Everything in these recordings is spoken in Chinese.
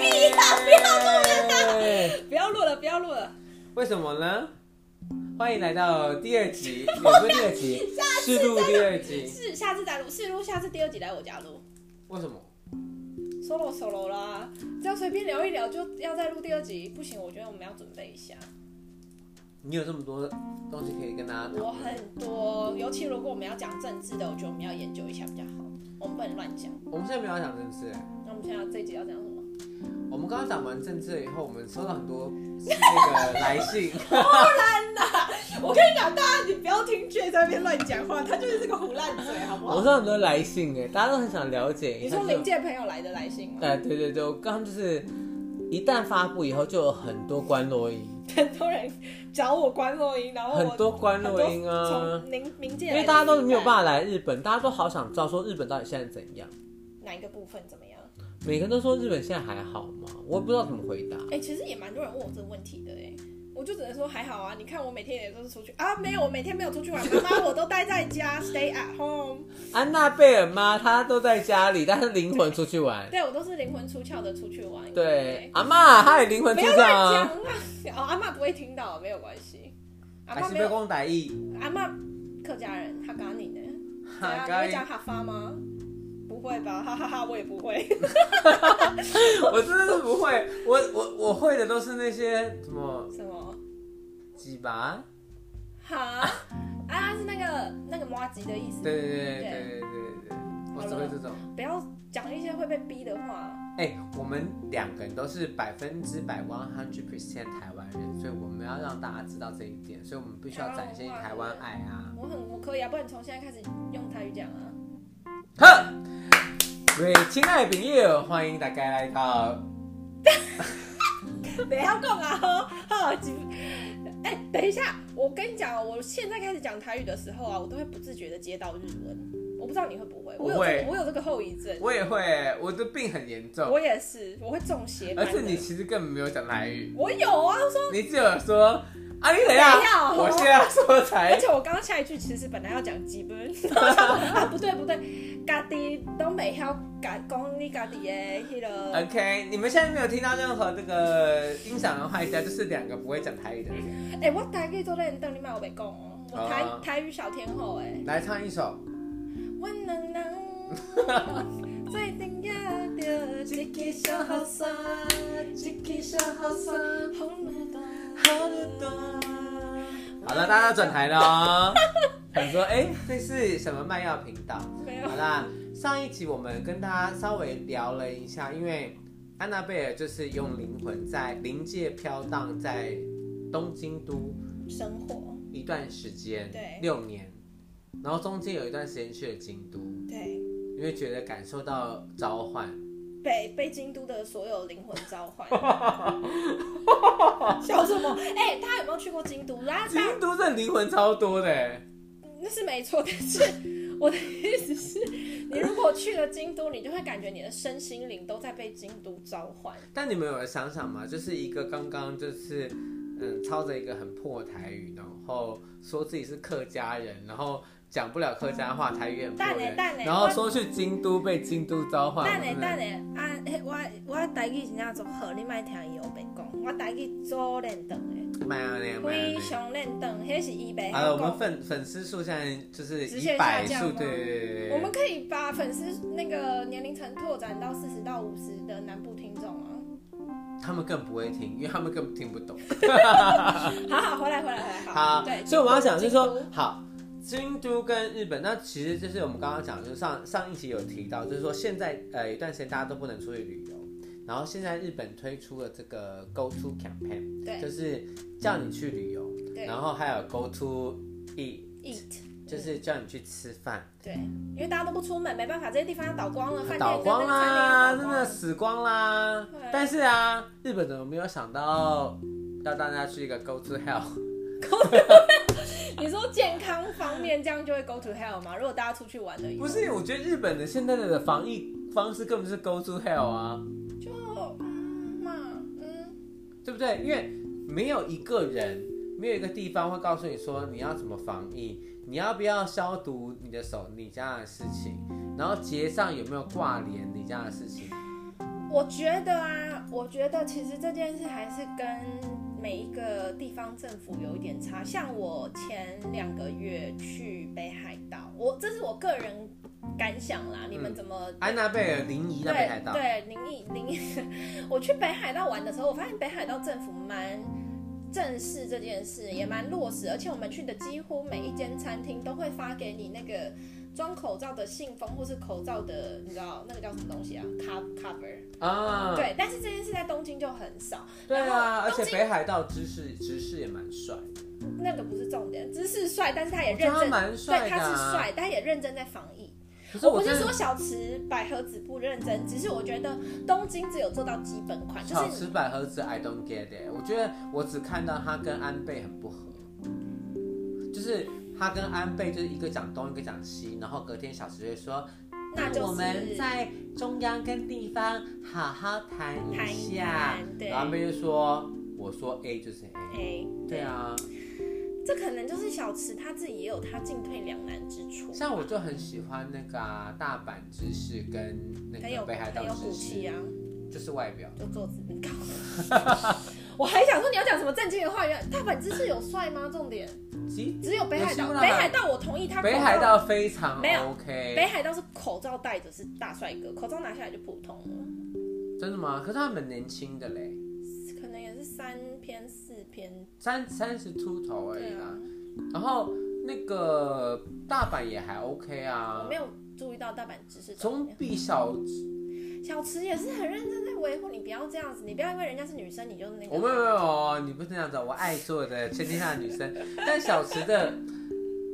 不要录了哎不要录了，不要录了。为什么呢？欢迎来到第二 集，也不是第二集，试录第二集。是下次再录，是录下次第二集来我家录为什么？ ，solo solo 啦，这样随便聊一聊就要再录第二集，不行，我觉得我们要准备一下。你有这么多东西可以跟大家讨我论？很多，尤其如果我们要讲政治的，我觉得我们要研究一下比较好，我们不能乱讲。我们现在没有要讲政治，哎那我们现在这一集要讲什么？我们刚刚讲完政治以后，我们收到很多那个来信，我跟你讲，大家你不要听 J 在那边乱讲话，他就是这个胡烂 嘴，好不 我收好？到很多来信哎，大家都很想了解你一下说这临界朋友来的来信吗？哎，对对对，我刚刚就是一旦发布以后，就有很多关落音， 很多人找我关录音，然后哦我很多关落音啊，从民民界因来的为大家都没有办法。法来日本，大家都好想知道说日本到底现在怎样。哪一个部分怎么样？每个人都说日本现在还好吗？我也不知道怎么回答。哎、其实也蛮多人问我这个问题的哎、我就只能说还好啊。你看我每天也都是出去啊，没有，我每天没有出去玩，妈妈我都待在家 ，stay at home。安娜贝尔妈她都在家里，但是灵魂出去玩。对我都是灵魂出窍的出去玩。对，，阿妈她也灵魂不出要窍乱讲啊啊。！哦，阿妈不会听到，没有关系。阿还妈是没被有，公歹意。阿妈客家人，哈嘎你呢？对 哈啊，你该会讲哈发吗？不会吧，哈哈哈，我也不会。 我真的是不会，我我我会的都是那些什么什么？几拔， 哈？啊，是那个那个摩吉的意思。对对对对对对对对，我只会这种。不要讲一些会被逼的话。哎、我们两个人都是百分之百 one hundred percent 台湾人，所以我们要让大家知道这一点，所以我们必须要展现台湾爱啊！我很我可以啊，不然你从现在开始用台语讲啊。哼，各位亲爱的朋友，欢迎大家来到不要讲啊，呵呵，几哎、等一下，我跟你讲哦，我现在开始讲台语的时候啊，我都会不自觉的接到日文，我不知道你会不会，我有我会这个我有这个后遗症，我也会，我的病很严重，我也是，我会中邪般而的。且你其实根本没有讲台语，我有啊，我说，你只有说啊，你怎等一下哦样？我现在要说台而语，且我刚刚下一句其实本来要讲基本， 然后我想说啊不对不对，家己都没晓讲讲你家己的迄、那个。 OK，你们现在没有听到任何这个音响的坏掉，就是两个不会讲台语的人。哎、我台语做认真，你嘛有袂讲哦，我台、啊台语小天后哎、来唱一首，阮两人做阵也着一个小雨伞，一个小雨伞，风来好了，大家转台了哦。想说，哎、这是什么卖药频道？没有好，啦，上一集我们跟大家稍微聊了一下，因为安娜贝尔就是用灵魂在灵界飘荡在东京都生活，一段时间，对六年，然后中间有一段时间去了京都，对，因为觉得感受到召唤，被被京都的所有灵魂召唤。笑什么？哎、大家有没有去过京都？大家大家京都这灵魂超多的欸，那是没错，但是我的意思是，你如果去了京都，你就会感觉你的身心灵都在被京都召唤。但你们有想想嘛，就是一个刚刚就是嗯操着一个很破的台语，然后说自己是客家人，然后。讲不了客家话，台语很破淡人欸淡，欸然后说去京都被京都召唤，等对下不对等下，啊，迄我我台语真正足好，你莫听伊后白讲，我台语足认真的，慢啊那样，慢啊那非样常认真，迄是伊白好啊了，我们讲。粉粉丝数现在就是直一线百下降数，吗对对对对对。我们可以把粉丝那个年龄层拓展到四十到五十的南部听众啊。他们更不会听，因为他们更听不懂。好好，回来回来回来，好，对，所以我们要讲就京是说都，好，京都跟日本，那其实就是我们刚刚讲，就是上上一集有提到，就是说现在呃有一段时间大家都不能出去旅游，然后现在日本推出了这个 Go To Campaign，对就是叫你去旅游，对然后还有 Go To Eat， eat，就是叫你去吃饭，对，因为大家都不出门，没办法，这些地方要倒光了，饭店啊倒跟那光个餐厅要啦，倒真光的死光啦对。但是啊，日本怎么没有想到要大家去一个 Go To Hell？你说健康方面这样就会 go to hell 吗？如果大家出去玩的，不是，我觉得日本的现在的防疫方式根本就是 go to hell 啊，就嗯嘛嗯，对不对？因为没有一个人，没有一个地方会告诉你说你要怎么防疫，你要不要消毒你的手，你家的事情，然后街上有没有挂帘，你家的事情。我觉得啊，我觉得其实这件事还是跟每一个地方政府有一点差。像我前两个月去北海道，我这是我个人感想啦，你们怎么？嗯安娜贝尔临沂那北海道，对对，灵异灵异。 我去北海道玩的时候，我发现北海道政府蛮正视这件事，也蛮落实，而且我们去的几乎每一间餐厅都会发给你那个装口罩的信封，或是口罩的，你知道那个叫什么东西啊？cover cover。啊，对，但是这件事在东京就很少，对啊，而然后且东北海道知识知识也蛮帅的，那个不是重点。只是帅，但是他也我认觉得他真，蛮帅对，的、他是啊，帅，但也认真在防疫。可是我我不真是的说小池百合子不认真，只是我觉得东京只有做到基本款，就小是吃百合子 I don't get it，我觉得我只看到他跟安倍很不合，就是他跟安倍就是一个讲东一个讲西，然后隔天小池会说，那就是我们在中央跟地方好好谈谈一一下，谈，对然，后安倍就说，我说 A 就是 A，哎，对啊，这可能就是小池他自己也有他进退两难之处，像我就很喜欢那个啊、大阪知识跟那很有个北海道很有骨知识气，啊，就是外表。就做自己搞。 我还想说你要讲什么正经的话，原来大阪知识有帅吗？重点其只有北海有道，希腊北海道我同意他北海道非常没有 OK，北海道是口罩戴着是大帅哥，口罩拿下来就普通了，真的吗？可是他们年轻的嘞，可能也是三篇四篇。三三十出头而对已啦啊。，然后那个大阪也还 OK 我啊没，有注意到大阪知识怎么总样。比小小池也是很认真在维护你，不要这样子，你不要因为人家是女生你就那个。我没有没有哦，你不是那样子哦，我爱做的千金上的女生， 但小池的，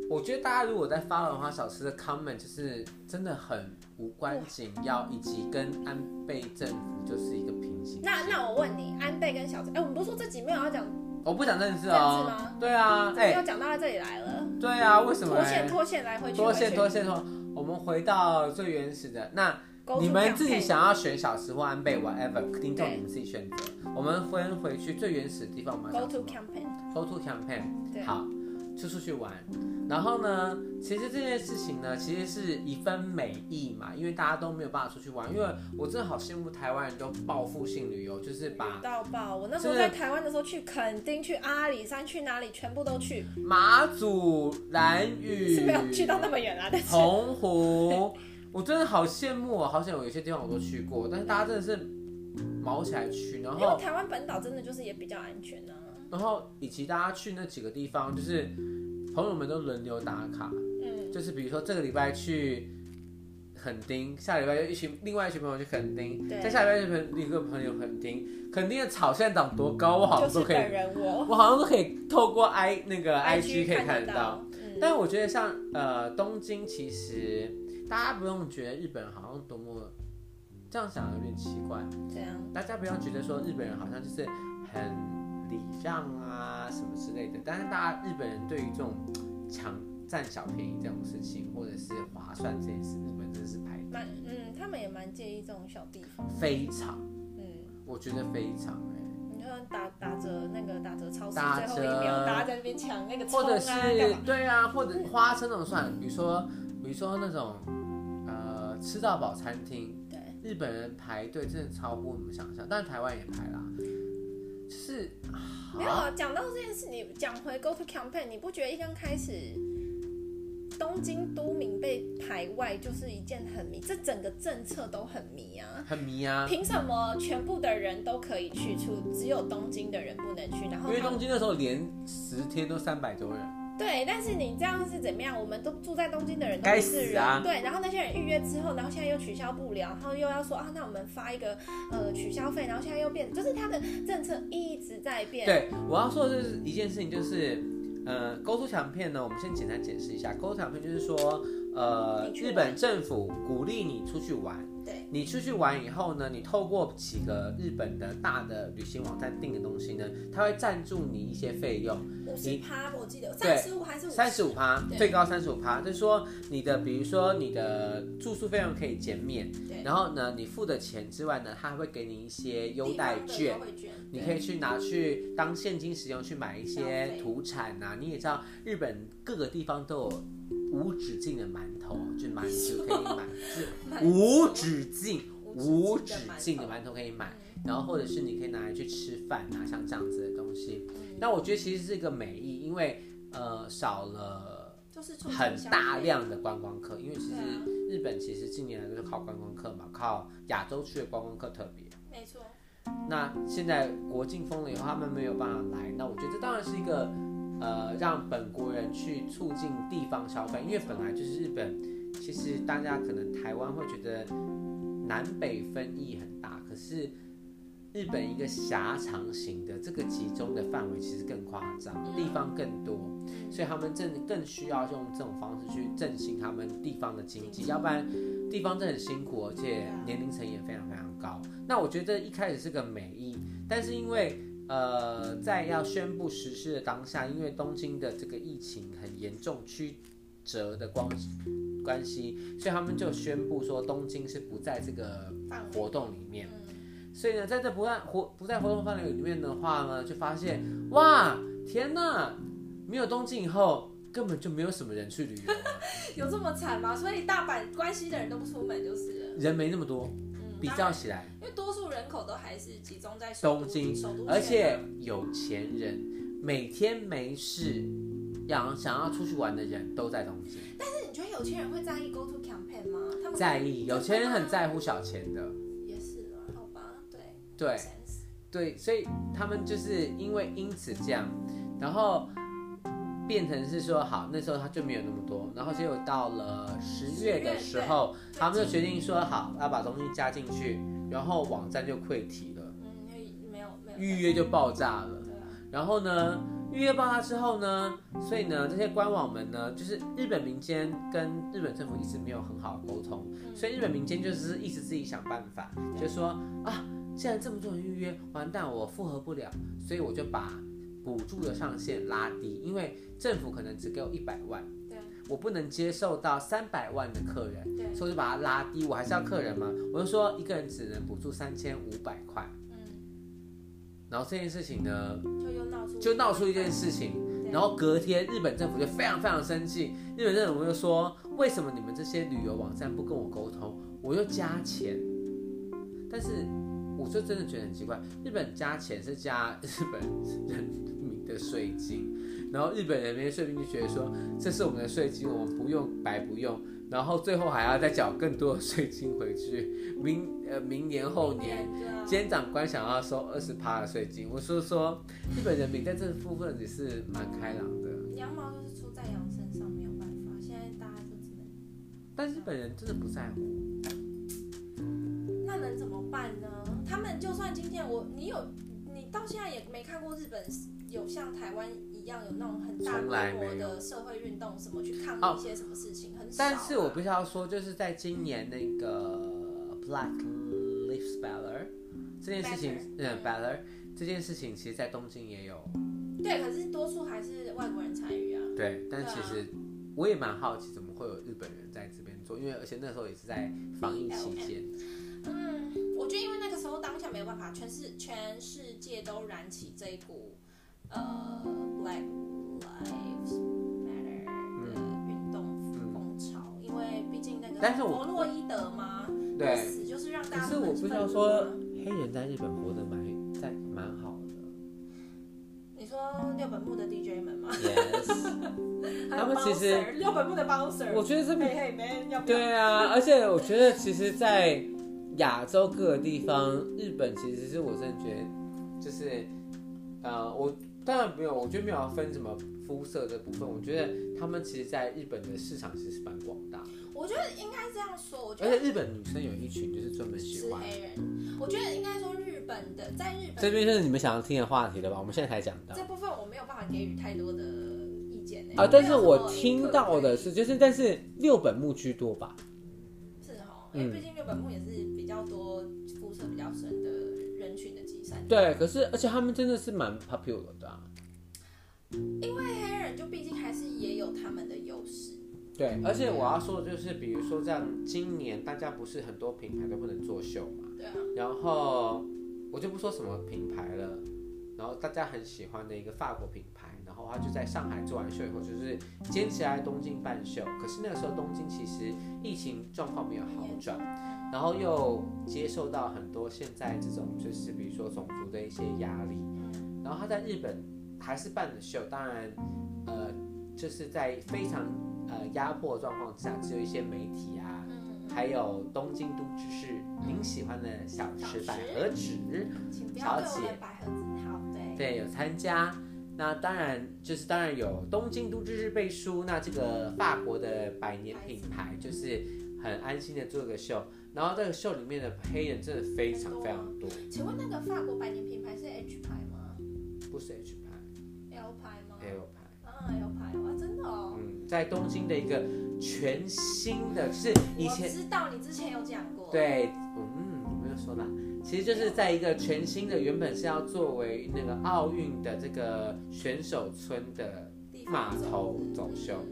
我觉得大家如果在发文的话，小池的 comment 就是真的很无关紧要，以及跟安倍政府就是一个平行线。那那我问你，安倍跟小池，哎、我们不是说这集没有要讲我不想认识政治哦吗，对啊，没哎、有讲到在这里来了，对啊，为什么脱线嘞？脱线来回去脱线脱线，线脱，我们回到最原始的那。勾你住们两自己片想要选小时或安倍 whatever，听众嗯对你们自己选择。我们分回去最原始的地方嘛 go to campaign， go to campaign，对，好，就出去玩。然后呢，其实这件事情呢，其实是一分美意嘛，因为大家都没有办法出去嗯玩。因为我真的好羡慕台湾人都报复性旅游，就是把到爆！我那时候真的在台湾的时候去垦丁、去阿里山、去哪里全部都去，马祖、兰屿是没嗯有去到那么远啊啦，但是澎湖， 我真的好羡慕哦，好想有一些地方我都去过，但是大家真的是毛起来去，然因后为。台湾本岛真的就是也比较安全啊。然后以及大家去那几个地方，就是朋友们都轮流打卡，嗯，就是比如说这个礼拜去垦丁，下礼拜又一群另外一群朋友去垦丁，对再下礼拜一群朋友一个朋友垦丁，垦丁的草现在长多高，我好就像都是可本以，人我我好像都可以透过 i 那个 IG IG 可以看看得得到。到。嗯，但我觉得像呃东京，其实大家不用觉得日本好像多么这样想有点奇怪，这样大家不要觉得说日本人好像就是很礼让啊什么之类的，但是大家日本人对于这种抢占小便宜这种事情，或者是划算这件事，日本真的是排蛮嗯，他们也蛮介意这种小地方。非常，嗯，我觉得非常哎、 你看打打折那个打折超市打最后一秒，折大家在那边抢那个或葱者啊是干嘛？对啊，或者花生那种算，比如说比如说那种呃吃到饱餐厅，对，日本人排队真的超乎我们想象，但台湾也排啦，就是没有啊，讲到这件事，你讲回 Go to Campaign，你不觉得一刚开始东京都民被排外就是一件很迷，这整个政策都很迷啊。很迷啊，凭什么全部的人都可以去处，只有东京的人不能去？然因后为他东京那时候连十天都三百多人。对，但是你这样是怎么样？我们都住在东京的人都该不死是人，啊对。然后那些人预约之后，然后现在又取消不了，然后又要说啊，那我们发一个呃取消费，然后现在又变，就是他的政策一直在变。对，我要说的就是一件事情，就是呃，沟通强片呢，我们先简单解释一下，沟通强片就是说，呃，你去日本政府鼓励你出去玩，对你出去玩以后呢，你透过几个日本的大的旅行网站订的东西呢，它会赞助你一些费用，五十趴我记得对三十五还是五三十五趴，对最高三十五趴，就是说你的，比如说你的住宿费用可以减免，对然后呢，你付的钱之外呢，它还会给你一些优待券。券你可以去拿去当现金使用，去买一消些费土产呐、你也知道，日本各个地方都有哦 无止境的馒头，就馒头可以买，就是无止境，无无止止境境的的馒头可以买，嗯然后或者是你可以拿来去吃饭啊，像这样子的东西。嗯那我觉得其实是一个美意，因为呃少了就是促进很消大费量的观光客，因为对其实啊日本其实近年来都是靠观光客嘛，靠亚洲区的观光客特别。没错，那现在国境封了以后，他们没有办法来，那我觉得这当然是一个呃让本国人去促进地方消费，因为本来就是日本，其实大家可能台湾会觉得南北分异很大，可是日本一个狭长型的这个集中的范围其实更夸张，地方更多，所以他们正更需要用这种方式去振兴他们地方的经济，要不然地方真的很辛苦，而且年龄层也非常非常高。那我觉得一开始是个美意，但是因为呃，在要宣布实施的当下，因为东京的这个疫情很严重曲折的关关系，所以他们就宣布说东京是不在这个范围活动里面。嗯所以呢，在这不在活不在活动范围里面的话呢，就发现哇，天呐，没有东京以后，根本就没有什么人去旅游啊了，有这么惨吗？所以大阪关西的人都不出门就是了，人没那么多，嗯，比当较然起来，因为多数人口都还是集中在首都东京首都圈啊而且有钱人每天没事，要想要出去玩的人都在东京，但是你觉得有钱人会在意 Go to campaign 吗？他们在意有钱人很在乎小钱的，也是啊，好吧，对对 sense 对，所以他们就是因为因此这样，然后变成是说好，那时候他就没有那么多，然后结果到了十月的时候，对他们就决定说好要把东西加进去，然后网站就溃体了，嗯，因为没有没有预约就爆炸了。对啊，然后呢，预约爆炸之后呢，所以呢，这些官网们呢，就是日本民间跟日本政府一直没有很好的沟通，嗯所以日本民间就是一直自己想办法，就说啊，既然这么多人预约，完蛋，我复合不了，所以我就把补助的上限拉低，因为政府可能只给我一百万，对我不能接受到三百万的客人，对，所以我就把它拉低，我还是要客人嘛，我就说一个人只能补助三千五百块，嗯，然后这件事情呢，就又闹出就闹出一件事情。对然后隔天，日本政府就非常非常生气，日本政府就说：“为什么你们这些旅游网站不跟我沟通？我又加钱。”但是我就真的觉得很奇怪，日本加钱是加日本人民的税金，然后日本人民的税金就觉得说这是我们的税金，我们不用白不用，然后最后还要再缴更多的税金回去，明呃明年后年对啊监长官想要收二十趴的税金，我是说，日本人民在这部分也是蛮开朗的，羊毛就是出在羊身上，没有办法，现在大家就只能但日本人真的不在乎。那能怎么办呢？他们就算今天我你有你到现在也没看过日本有像台湾一样有那种很大从来规模没有的社会运动，什么去抗哦议一些什么事情，很少啊。但是我必须要说，就是在今年那个 Black Lives Matter 这件事情，嗯 Matter ，Matter 这件事情，其实在东京也有，对，可是多数还是外国人参与啊。对，但对啊其实我也蛮好奇，怎么会有日本人在这边做？因为而且那时候也是在防疫期间，嗯，我觉得因为那个时候当下没有办法，全世全世界都燃起这一股呃 Black Lives Matter 的运动风潮，因为毕竟那个嗯但是我弗洛伊德嘛，对。死就是让大可家是我很不愤知怒道说啊黑人在日本活得蛮在蛮好的。 你说六本木的 DJ 们吗？ Yes，还有他们其实 bouncer，六本木的 bouncer，我觉得这嘿边嘿 man 要不要？对啊，而且我觉得其实，在亚洲各个地方，日本其实是我真的觉得，就是呃，我当然没有，我觉得没有要分什么肤色的部分，我觉得他们其实在日本的市场其实蛮广大的，我觉得应该这样说，我觉而得且日本女生有一群就是专门喜是欢。黑人，我觉得应该说日本的在日这本边就是你们想要听的话题了吧？我们现在才讲到这部分我没有办法给予太多的意见呢。欸啊，但是没有什么我听到的 input 是，就是但是六本木居多吧？可以是哦，嗯因为毕竟六本木也是比较多肤色比较深的人群的集散地，对，可是而且他们真的是蛮 popular 的、啊，黑人就毕竟还是也有他们的优势。对，而且我要说的就是，比如说像今年大家不是很多品牌都不能作秀嘛，对啊，然后我就不说什么品牌了，然后大家很喜欢的一个法国品牌，然后他就在上海做完秀以后，就是坚持来东京办秀，可是那个时候东京其实疫情状况没有好转，然后又接受到很多现在这种就是比如说种族的一些压力，嗯然后他在日本还是办的秀，当然，呃，就是在非常呃压迫的状况之下，只有一些媒体啊，嗯，还有东京都知事您喜欢的小池百合子，请不要对小我姐的百合子好，对，对，有参加。那当然就是当然有东京都知事背书，那这个法国的百年品牌就是很安心的做个秀，然后这个秀里面的黑人真的非常非常多，请问那个法国百年品牌是 H 牌吗不是 H 牌？L 牌吗？ ，L 牌。啊，L 牌哇，真的哦。嗯，在东京的一个全新的，就是以我前知道你之前有讲过，，对，嗯，我没有说啦，其实就是在一个全新的，原本是要作为那个奥运的这个选手村的，码头走秀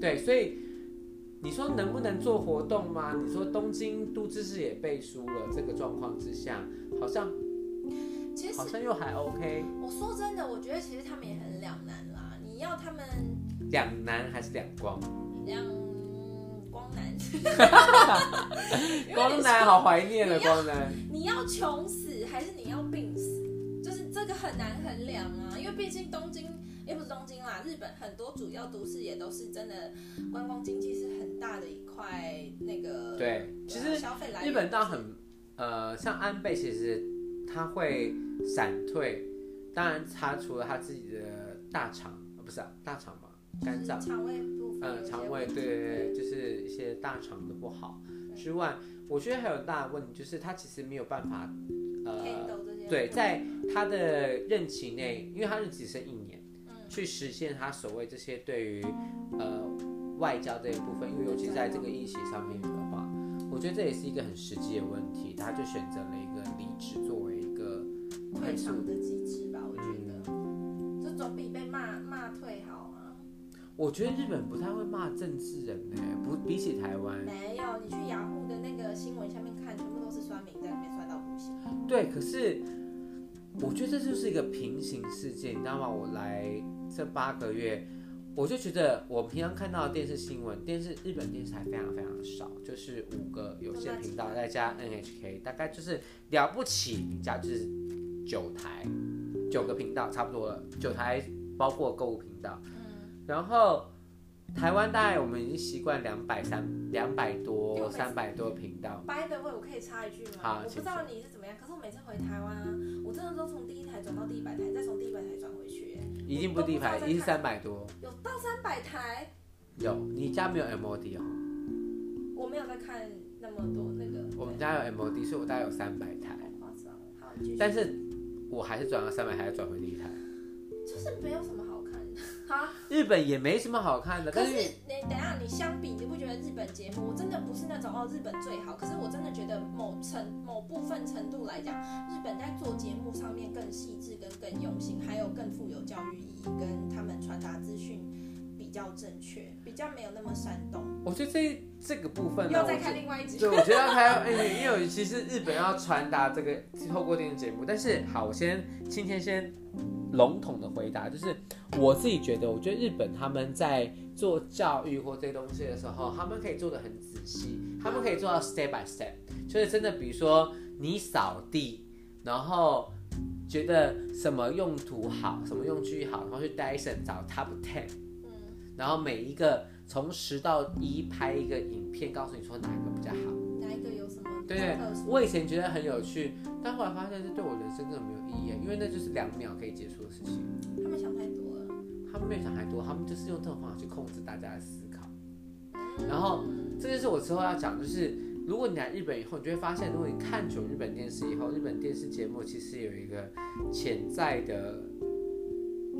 对，所以你说能不能做活动吗？你说东京都知事也背书了，这个状况之下，好像其实好像又还 OK，我说真的，我觉得其实他们也很两难啦。你要他们两难还是两光，让嗯光南， 光南好怀念了，你要光南。你要穷死还是你要病死？就是这个很难衡量啊，因为毕竟东京也不是东京啦，日本很多主要都市也都是真的观光经济是很大的一块那个对啊其实消费来源日本倒很呃，像安倍其实他会闪退，当然他除了他自己的大肠，呃不是、啊、大肠嘛，肝脏，就是肠胃部分有呃，一些肠胃，问题对对对，就是一些大肠的不好之外，我觉得还有很大的问题就是他其实没有办法呃， handle 这些对，问题在他的任期内，因为他任期剩一嗯年。去实现他所谓这些对于呃外交这一部分，因为尤其在这个疫情上面的话，我觉得这也是一个很实际的问题。他就选择了一个离职作为一个快退速，嗯场的机制吧，我觉得这总比被骂骂退好啊。我觉得日本不太会骂政治人呢、不比起台湾，没有，你去雅虎的那个新闻下面看，全部都是酸民在那边酸到不行。对，可是我觉得这就是一个平行世界，你知道吗？我来这八个月，我就觉得我平常看到的电视新闻，电视日本电视台非常非常少，就是五个有线频道再加 NHK，大概就是了不起，你加就是九台，九个频道差不多了，九台包括购物频道，嗯，然后。台湾大概我们已经习惯两百三两百多三百多频道， By the way，我可以插一句好吗？我不请知道你是怎么样，可是我每次回台湾啊，我真的都从第一台转到第一百台，再从第一百台转回去，一定不低排，一定三百多。有到三百台，有，你家没有 MOD 哦？我没有在看那么多那个。我们家有 MOD，所以我大概有三百台，太夸张了。啊好，你继续但是我还是转到三百台，转回第一台。就是没有什么好看的。 好，啊日本也没什么好看的，可但是是你等一下，你相比，你不觉得日本节目真的不是那种哦日本最好？可是我真的觉得某程某部分程度来讲，日本在做节目上面更细致、跟更用心，还有更富有教育意义，跟他们传达资讯比较正确，比较没有那么煽动。我觉得这这个部分又呢，要我再觉看得另外一集。对，我觉得要开，哎因为其实日本要传达这个透过电视节目，但是好，我先今天先笼统的回答，就是我自己觉得，我觉得日本他们在做教育或这些东西的时候，他们可以做的很仔细，他们可以做到 step by step，就是真的，比如说你扫地，然后。觉得什么用途好，什么用具好，然后去 Dyson 找 Top Ten，嗯，然后每一个从十到一拍一个影片，告诉你说哪一个比较好。哪一个有什么对对特殊？我以前觉得很有趣，但后来发现这对我人生根本没有意义，因为那就是两秒可以结束的事情。他们想太多了。他们没有想太多，他们就是用这种方法去控制大家的思考。然后嗯这就是我之后要讲，就是如果你来日本以后，你就会发现，如果你看久日本电视以后，日本电视节目其实有一个潜在的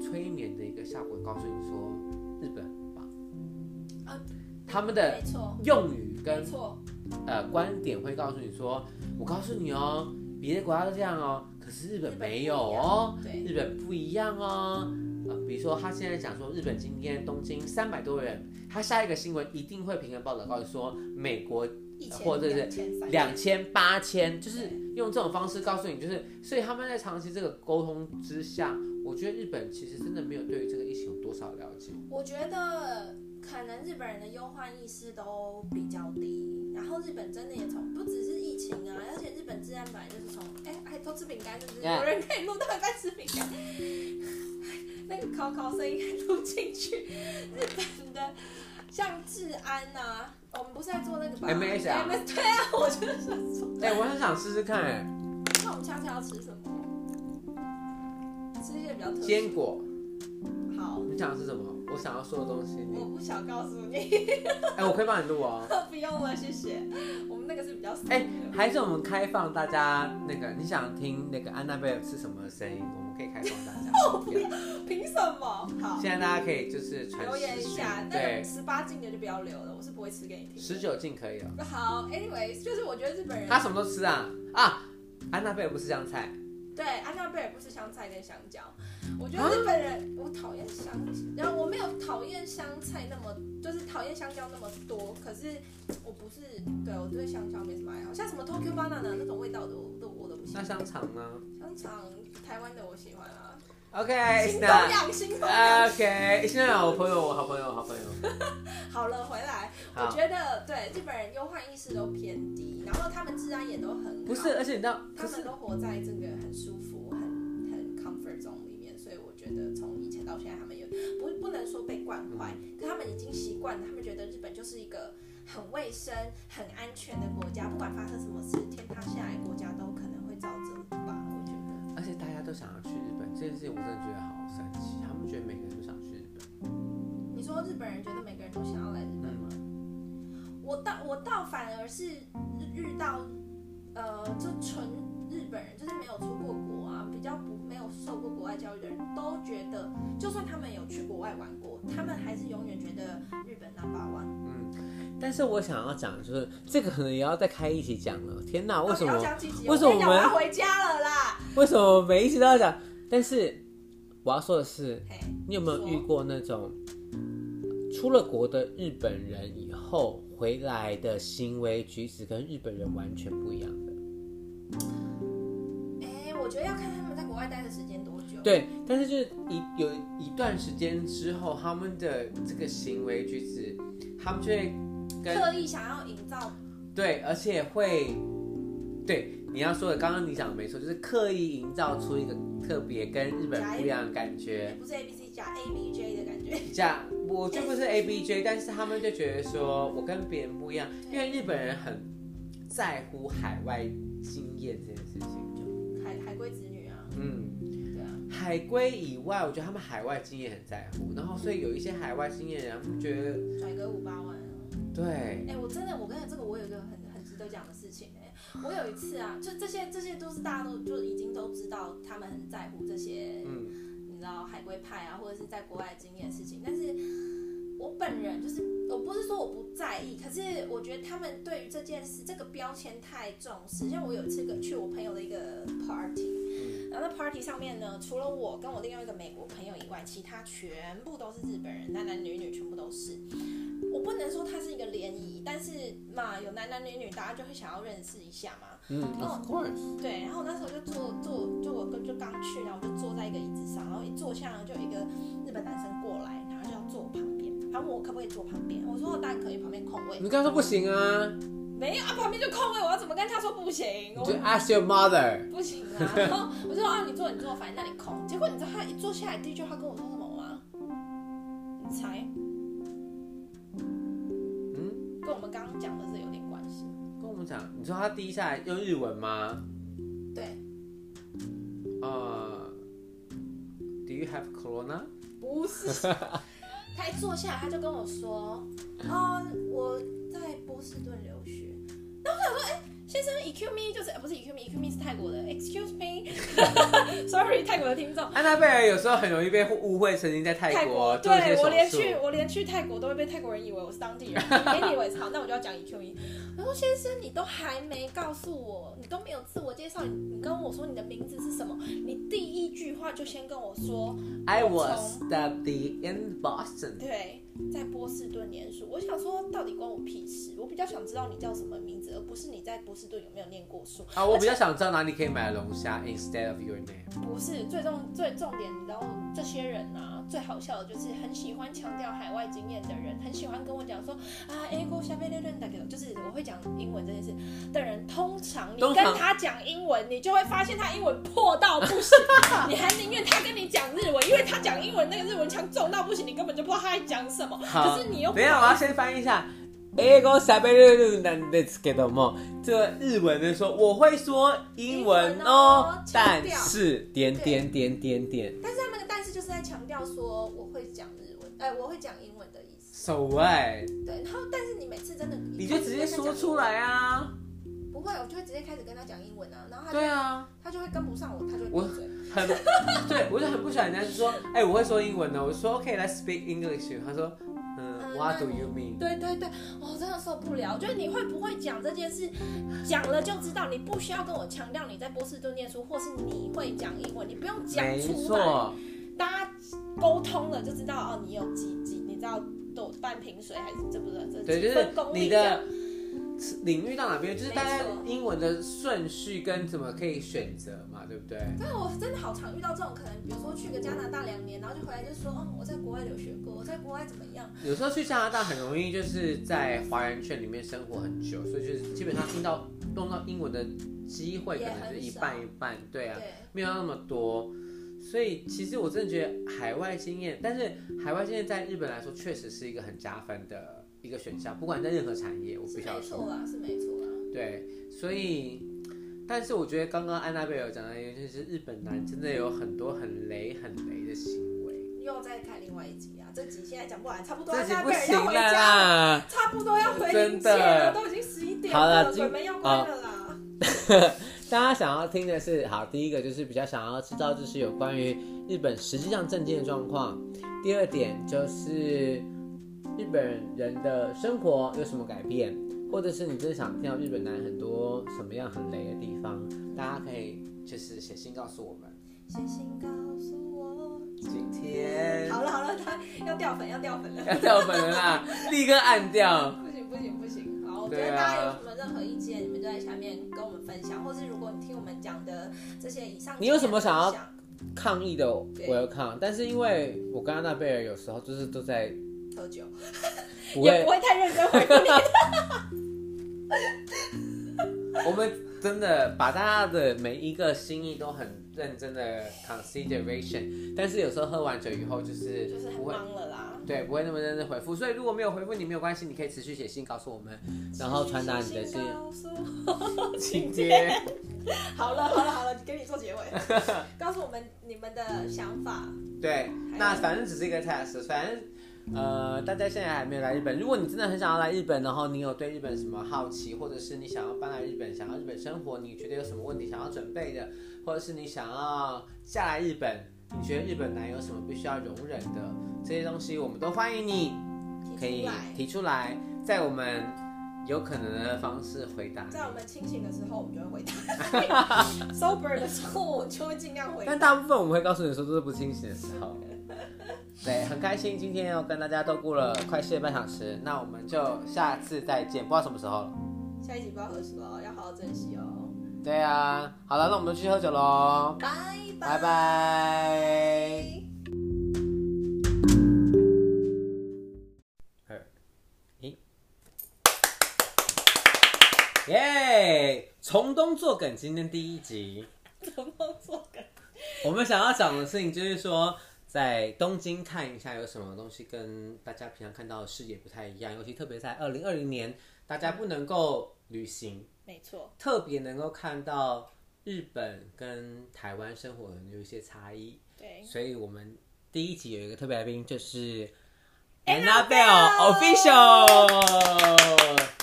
催眠的一个效果，告诉你说日本很棒。啊他们的没错，用语跟没错，呃观点会告诉你说，我告诉你哦，别的国家都这样哦，可是日本没有哦，对，日本不一样哦。呃，比如说他现在讲说日本今天东京三百多人，他下一个新闻一定会平衡报道告诉说美国一千或者是两千三两千八千，就是用这种方式告诉你，就是所以他们在长期这个沟通之下，我觉得日本其实真的没有对于这个疫情有多少了解。我觉得可能日本人的忧患意识都比较低，然后日本真的也从不只是疫情啊，而且日本治安本来就是从哎还偷吃饼干是不是 Yeah 有人可以录到在吃饼干， 那个烤烤声应该录进去。日本的像治安呐、我们不是在做那个吧 MS 啊 MS 对啊，我就是想说，哎、我很想试试看、哎，那我们下次要吃什么？吃一些比较特殊坚果，好，你想要吃什么？我想要说的东西，我你，不想告诉你，哎、我可以帮你录哦。 不用了，谢谢。我们那个是比较私密哎、的。还是我们开放大家那个，你想听那个安娜贝尔是什么声音？我们可以开放大家。哦，不 要！凭什么？好，现在大家可以就是传留言一私讯下。那对种，十八禁的就不要留了，我是不会吃给你听十九禁可以哦。的。好，anyways，就是我觉得日本人他什么都吃啊啊！安娜贝尔不吃香菜，对安娜贝尔不吃香菜跟香蕉，啊我觉得日本人我讨厌香，然后我没有讨厌香菜那么，就是讨厌香蕉那么多，可是我不是对我对香蕉没什么爱好，像什么 Tokyo banana 那种味道的我都我都不喜那欢。香肠呢香肠台湾的我喜欢啊， ？OK，心中痒，心中痒。呃 OK，现在有朋友，我好朋友，好朋友。好了，回来，我好，觉得对日本人忧患意识都偏低，然后他们治安也都很好，不是，而且你知道，他可们是都活在这个很舒服、很很 comfort zone 里面，所以我觉得从以前到现在，他们有不不能说被惯坏，可他们已经习惯了，他们觉得日本就是一个很卫生、很安全的国家，不管发生什么事，天塌下来，国家都可能会照着吧，我觉得。而且大家都想要去日本，这件事情我真的觉得好神奇。他们觉得每个人都想去日本，你说日本人觉得每个人都想要来日本吗？我倒我倒反而是遇到，呃，就纯日本人，就是没有出过国啊，比较不没有受过国外教育的人，都觉得，就算他们有去国外玩过，他们还是永远觉得日本 number one。嗯。但是我想要讲，就是这个可能也要再开一起讲了。天哪，啊为什到底要？么讲几集？为什么哦我跟你讲我我们要回家了啦？为什么每一集都要讲？但是我要说的是，嘿，你有没有遇过那种出了国的日本人以后回来的行为举止跟日本人完全不一样的？哎，我觉得要看他们在国外待的时间多久。对，但是就是一有一段时间之后，他们的这个行为举止，他们就会跟刻意想要营造，对，而且会对你要说的，刚刚你讲的没错，就是刻意营造出一个特别跟日本不一样的感也觉。不是 A B C 加 A B J 的感觉。这样，我就不是 A B J，但是他们就觉得说我跟别人不一样，因为日本人很在乎海外经验这件事情。海海归子女啊，嗯，对啊。海归以外，我觉得他们海外经验很在乎，然后所以有一些海外经验的人，他们觉得甩个五八万啊！对，哎、我真的，我跟你讲这个，我有一个很很值得讲的事情哎、我有一次啊，就这些这些都是大家都就已经都知道，他们很在乎这些，嗯，你知道海归派啊，或者是在国外经验的事情。但是我本人就是，我不是说我不在意，可是我觉得他们对于这件事这个标签太重视。像我有一次个去我朋友的一个嗯 party，然后那 party 上面呢，除了我跟我另外一个美国朋友以外，其他全部都是日本人，男男女女全部都是。我不能说它是一个联谊，但是嘛，有男男女女，大家就会想要认识一下嘛。嗯，Of course，对，然后那时候就坐坐，就我跟就刚去，然后我就坐在一个椅子上，然后一坐下，就有一个日本男生过来，然后就要坐我旁边，他问我可不可以坐旁边，我说我当然可以，旁边空位，你刚刚说不行啊，没有啊，旁边就空位，我要怎么跟他说不行？你我就 ask your mother，不行啊，然后我就说啊，你坐你坐，反正那里空。结果你知道他一坐下来第一句话跟我说什么吗？你猜，嗯，跟我们刚刚讲的是有点关系。跟我们讲，你说他第一下来用日文吗？对，呃，Do you have corona？不是，他一坐下来他就跟我说，哦，我在波士顿留学。那我想说，哎、先生，excuse me，就是、呃不是 excuse me，excuse me 是泰国的，excuse me，sorry，泰国的听众。安娜贝尔有时候很容易被误会，曾经在泰国做一些对我连手术。去我连去泰国都会被泰国人以为我是当地人。Anyways，好，那我就要讲 EQ 一。然后先生，你都还没告诉我，你都没有自我介绍，你你跟我说你的名字是什么，你第一句话就先跟我说， I 我 was 从 study in Boston。对，在波士顿念书。我想说，到底关我屁事？我比较想知道你叫什么名字，而不是你在波士士顿有没有念过书。啊，我比较想知道哪里可以买龙虾，instead of your name。不是最重最重点，你知道这些人啊，最好笑的就是很喜欢强调海外经验的人，很喜欢跟我讲说啊，英国下面那人打给我，就是我会讲英文这件事的人，通常你通跟常他讲英文，你就会发现他英文破到不行，你还宁愿他跟你讲日文，因为他讲英文那个日文腔重到不行，你根本就不知道他在讲什么。好可是你又不没有，我要先翻译一下。英語喋れるんですけども，这日文的说我会说英文英文哦哦，但强调是点点点点点但是他们的但是就是在强调说我会讲日文，哎、我会讲英文的意思。 ，so what？对，然后但是你每次真的你就直接说出，来啊，不会，我就会直接开始跟他讲英文啊，然后他就对啊，他就会跟不上我，他就我会闭嘴。很， 对我就很不喜欢人家说，哎、我会说英文的，我说 OK，let's、speak English，他说，嗯嗯，What do you mean？对对对，我真的受不了。就是你会不会讲这件事，讲了就知道。你不需要跟我强调你在波士顿念书，或是你会讲英文，你不用讲没出来。错，大家沟通了就知道哦，你有几几，你知道多半瓶水还是这不是？这对，几就是分功你力这啊样的领域到哪边，就是大概没错英文的顺序跟怎么可以选择嘛，对不对？但我真的好常遇到这种，可能比如说去个加拿大两年，然后就回来就说，哦，我在国外留学过，我在国外怎么样？有时候去加拿大很容易就是在华人圈里面生活很久，所以就是基本上听到用到英文的机会可能是一半一半，对啊，对，没有那么多。所以其实我真的觉得海外经验，但是海外经验在日本来说确实是一个很加分的一个选项，不管在任何产业，我是必须要没说。错啦，是没错啦。啊对，所以，但是我觉得刚刚安娜贝尔讲的，尤其是日本男，真的有很多很雷很雷的行为，又再开另外一集啊，这集现在讲不完，差不多这要集下不辈儿行要了回家了，啦。差不多要回真零的界了，都已经十一点好了了，今鬼门要关了啦。大家想要听的是，好，第一个就是比较想要知道就是有关于日本实际上政见的状况，第二点就是日本人的生活有什么改变，或者是你真的想听到日本男很多什么样很雷的地方，大家可以就是写信告诉我们。写信告诉我，今天好了好了，他要掉粉要掉粉了，要掉粉了啦，立刻按掉。不行不行不行。好，我觉对得啊大家有什么任何意见，你们就在下面跟我们分享，或是如果你听我们讲的这些以上，你有什么想要？抗议的我有抗，但是因为我跟安娜贝尔有时候就是都在喝酒？不也会不会太认真回复你。我们真的把大家的每一个心意都很认真的 consideration，但是有时候喝完酒以后就是就是很不会，忙了啦。对，不会那么认真回复。所以如果没有回复你没有关系，你可以持续写信告诉我们，然后传达你的信信告诉我。 情节。好 了好了好了，给你做结 尾，告诉我们你们的想法。对，那反正只是一个 test，反正。呃，大家现在还没有来日本。如果你真的很想要来日本，然后你有对日本什么好奇，或者是你想要搬来日本，想要日本生活，你觉得有什么问题想要准备的，或者是你想要嫁来日本，你觉得日本男有什么必须要容忍的这些东西，我们都欢迎你可提以出来，提出来，在我们有可能的方式回答你。在我们清醒的时候，我们就会回答 ；sober 的时候，我就会尽量回答。但大部分我们会告诉你说，这是不清醒的时候。 对，很开心今天又跟大家度过了快四个半小时，那我们就下次再见，不知道什么时候了。下一集不知道何时哦，要好好珍惜哦。对啊，好了，那我们就去喝酒喽，拜拜拜。二一，耶！从东作梗，今天第一集。怎么做梗？我们想要讲的事情就是说，在东京看一下有什么东西跟大家平常看到的视野不太一样，尤其特别在二零二零年，大家不能够旅行，没错，特别能够看到日本跟台湾生活有一些差异。对，所以我们第一集有一个特别来宾就是 Annabelle Official，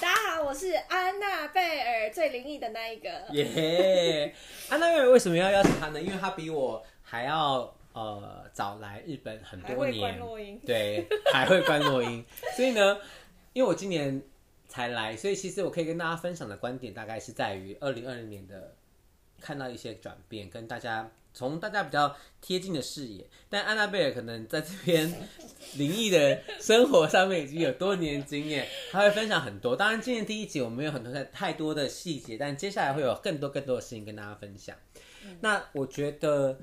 大家好，我是安娜贝尔最灵异的那一个。耶！安娜贝尔为什么要邀请他呢？因为他比我还要呃早来日本很还多会关年，录音，对，还会关落音。所以呢，因为我今年才来，所以其实我可以跟大家分享的观点大概是在于二零二零年的看到一些转变，跟大家从大家比较贴近的视野，但安娜贝尔可能在这边灵异的生活上面已经有多年经验，她会分享很多。当然，今天第一集我们没有很多太太多的细节，但接下来会有更多更多的事情跟大家分享。那我觉得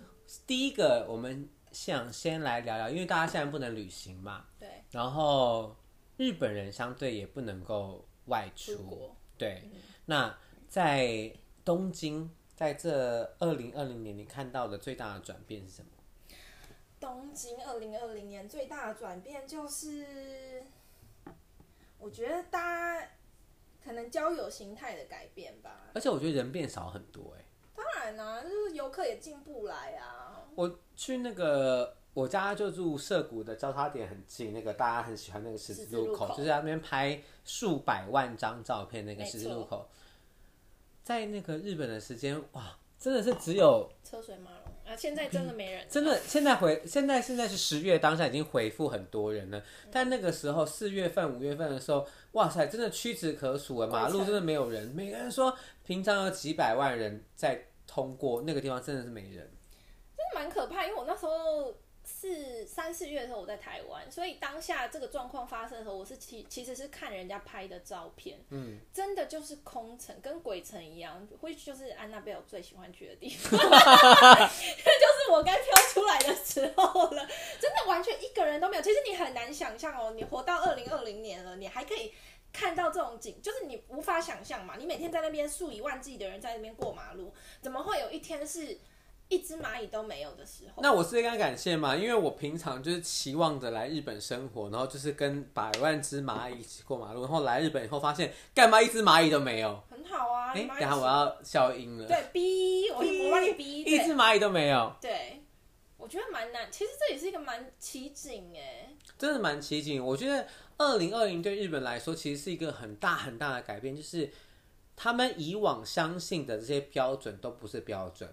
第一个我们想先来聊聊，因为大家现在不能旅行嘛，对，然后日本人相对也不能够外出出，国，嗯对，那在东京，在这二零二零年，你看到的最大的转变是什么？东京二零二零年最大的转变就是，我觉得大家可能交友形态的改变吧。而且我觉得人变少很多、欸，当然啦、就是游客也进不来啊。我去那个。我家就住涩谷的交叉点很近，那个大家很喜欢那个十字路十字路口，口就是在那边拍数百万张照片那个没十字错路口，在那个日本的时间，哇，真的是只有车水马龙啊，现在真的没人，真的，现在回现在现在是十月，当下已经回复很多人了。嗯但那个时候四月份、五月份的时候，哇塞，真的屈指可数啊！马路真的没有人，每个人说平常有几百万人在通过那个地方，真的是没人。真的蛮可怕。因为我那时候四三四月的时候我在台湾，所以当下这个状况发生的时候，我是其其实是看人家拍的照片，嗯，真的就是空城，跟鬼城一样，会就是安娜贝尔最喜欢去的地方， 就是我该飘出来的时候了。真的完全一个人都没有。其实你很难想象哦，你活到二零二零年了，你还可以看到这种景，就是你无法想象嘛。你每天在那边数以万计的人在那边过马路，怎么会有一天是一只蚂蚁都没有的时候？那我是应该感谢嘛，因为我平常就是期望着来日本生活，然后就是跟百万只蚂蚁一起过马路，然后来日本以后发现干嘛一只蚂蚁都没有。很好啊，你哎、蚂等蚁一下我要消音了，对逼我我帮你 逼一只对蚂蚁都没有。对，我觉得蛮难。其实这也是一个蛮奇景哎、真的蛮奇景。我觉得二零二零对日本来说，其实是一个很大很大的改变，就是他们以往相信的这些标准都不是标准。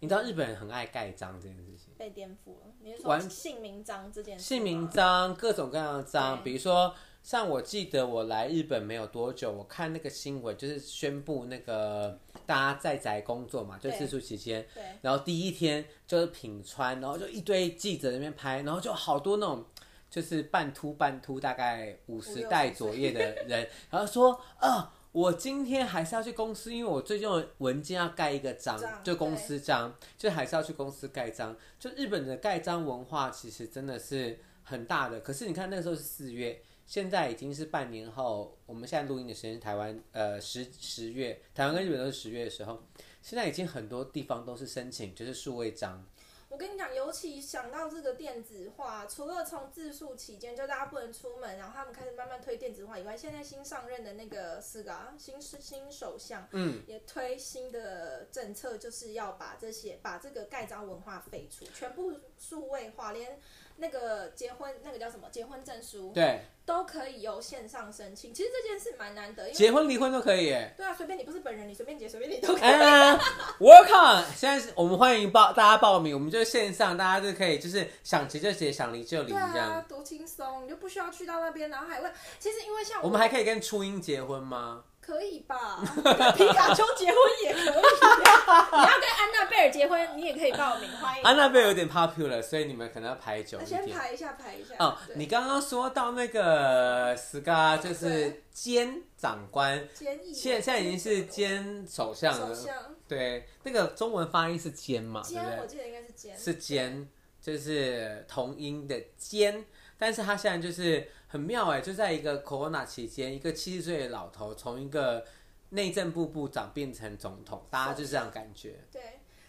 你知道日本人很爱盖章这件事情，被颠覆了。你是说完姓名章这件事吗？姓名章各种各样的章，对比如说像我记得我来日本没有多久，我看那个新闻就是宣布那个大家在宅工作嘛，就对自述期间，对，然后第一天就是品川，然后就一堆记者在那边拍，然后就好多那种就是半秃半秃，大概五五十六代左右的人，然后说啊。我今天还是要去公司，因为我最近的文件要盖一个章，章嗯就公司章，就还是要去公司盖章。就日本的盖章文化其实真的是很大的，可是你看那时候是四月，现在已经是半年后，我们现在录音的时间是台湾呃十十月，台湾跟日本都是十月的时候，现在已经很多地方都是申请就是数位章，我跟你讲，尤其想到这个电子化，除了从自述期间就大家不能出门，然后他们开始慢慢推电子化以外，现在新上任的那个四个啊新新首相，嗯，也推新的政策，就是要把这些把这个盖章文化废除，全部数位化，连那个结婚那个叫什么结婚证书对，都可以由线上申请。其实这件事蛮难得，因为结婚离婚都可以 耶。对啊，随便你不是本人，你随便结，随便你都可以。哎，Welcome！现在是我们欢迎报大家报名，我们就线上，大家就可以就是想结就结，想离就离对这样。啊，多轻松，你就不需要去到那边，然后还问。其实因为像我们还可以跟初音结婚吗？可以吧？ 皮卡丘结婚也可以、啊，你要跟安娜贝尔结婚，你也可以 报名，欢迎。安娜贝尔有点 popular，所以你们可能要排久那一先点。排一下，排一下。哦，对哦你刚刚说到那个 Scar 就是对兼长官，建议现现在已经是兼首相首了。相，对，那个中文发音是兼嘛，对不兼我对？记得应该是兼，是兼，就是同音的兼。但是他现在就是很妙哎，就在一个 corona 期间，一个七十岁的老头从一个内政部部长变成总统，大家就这样感觉。对。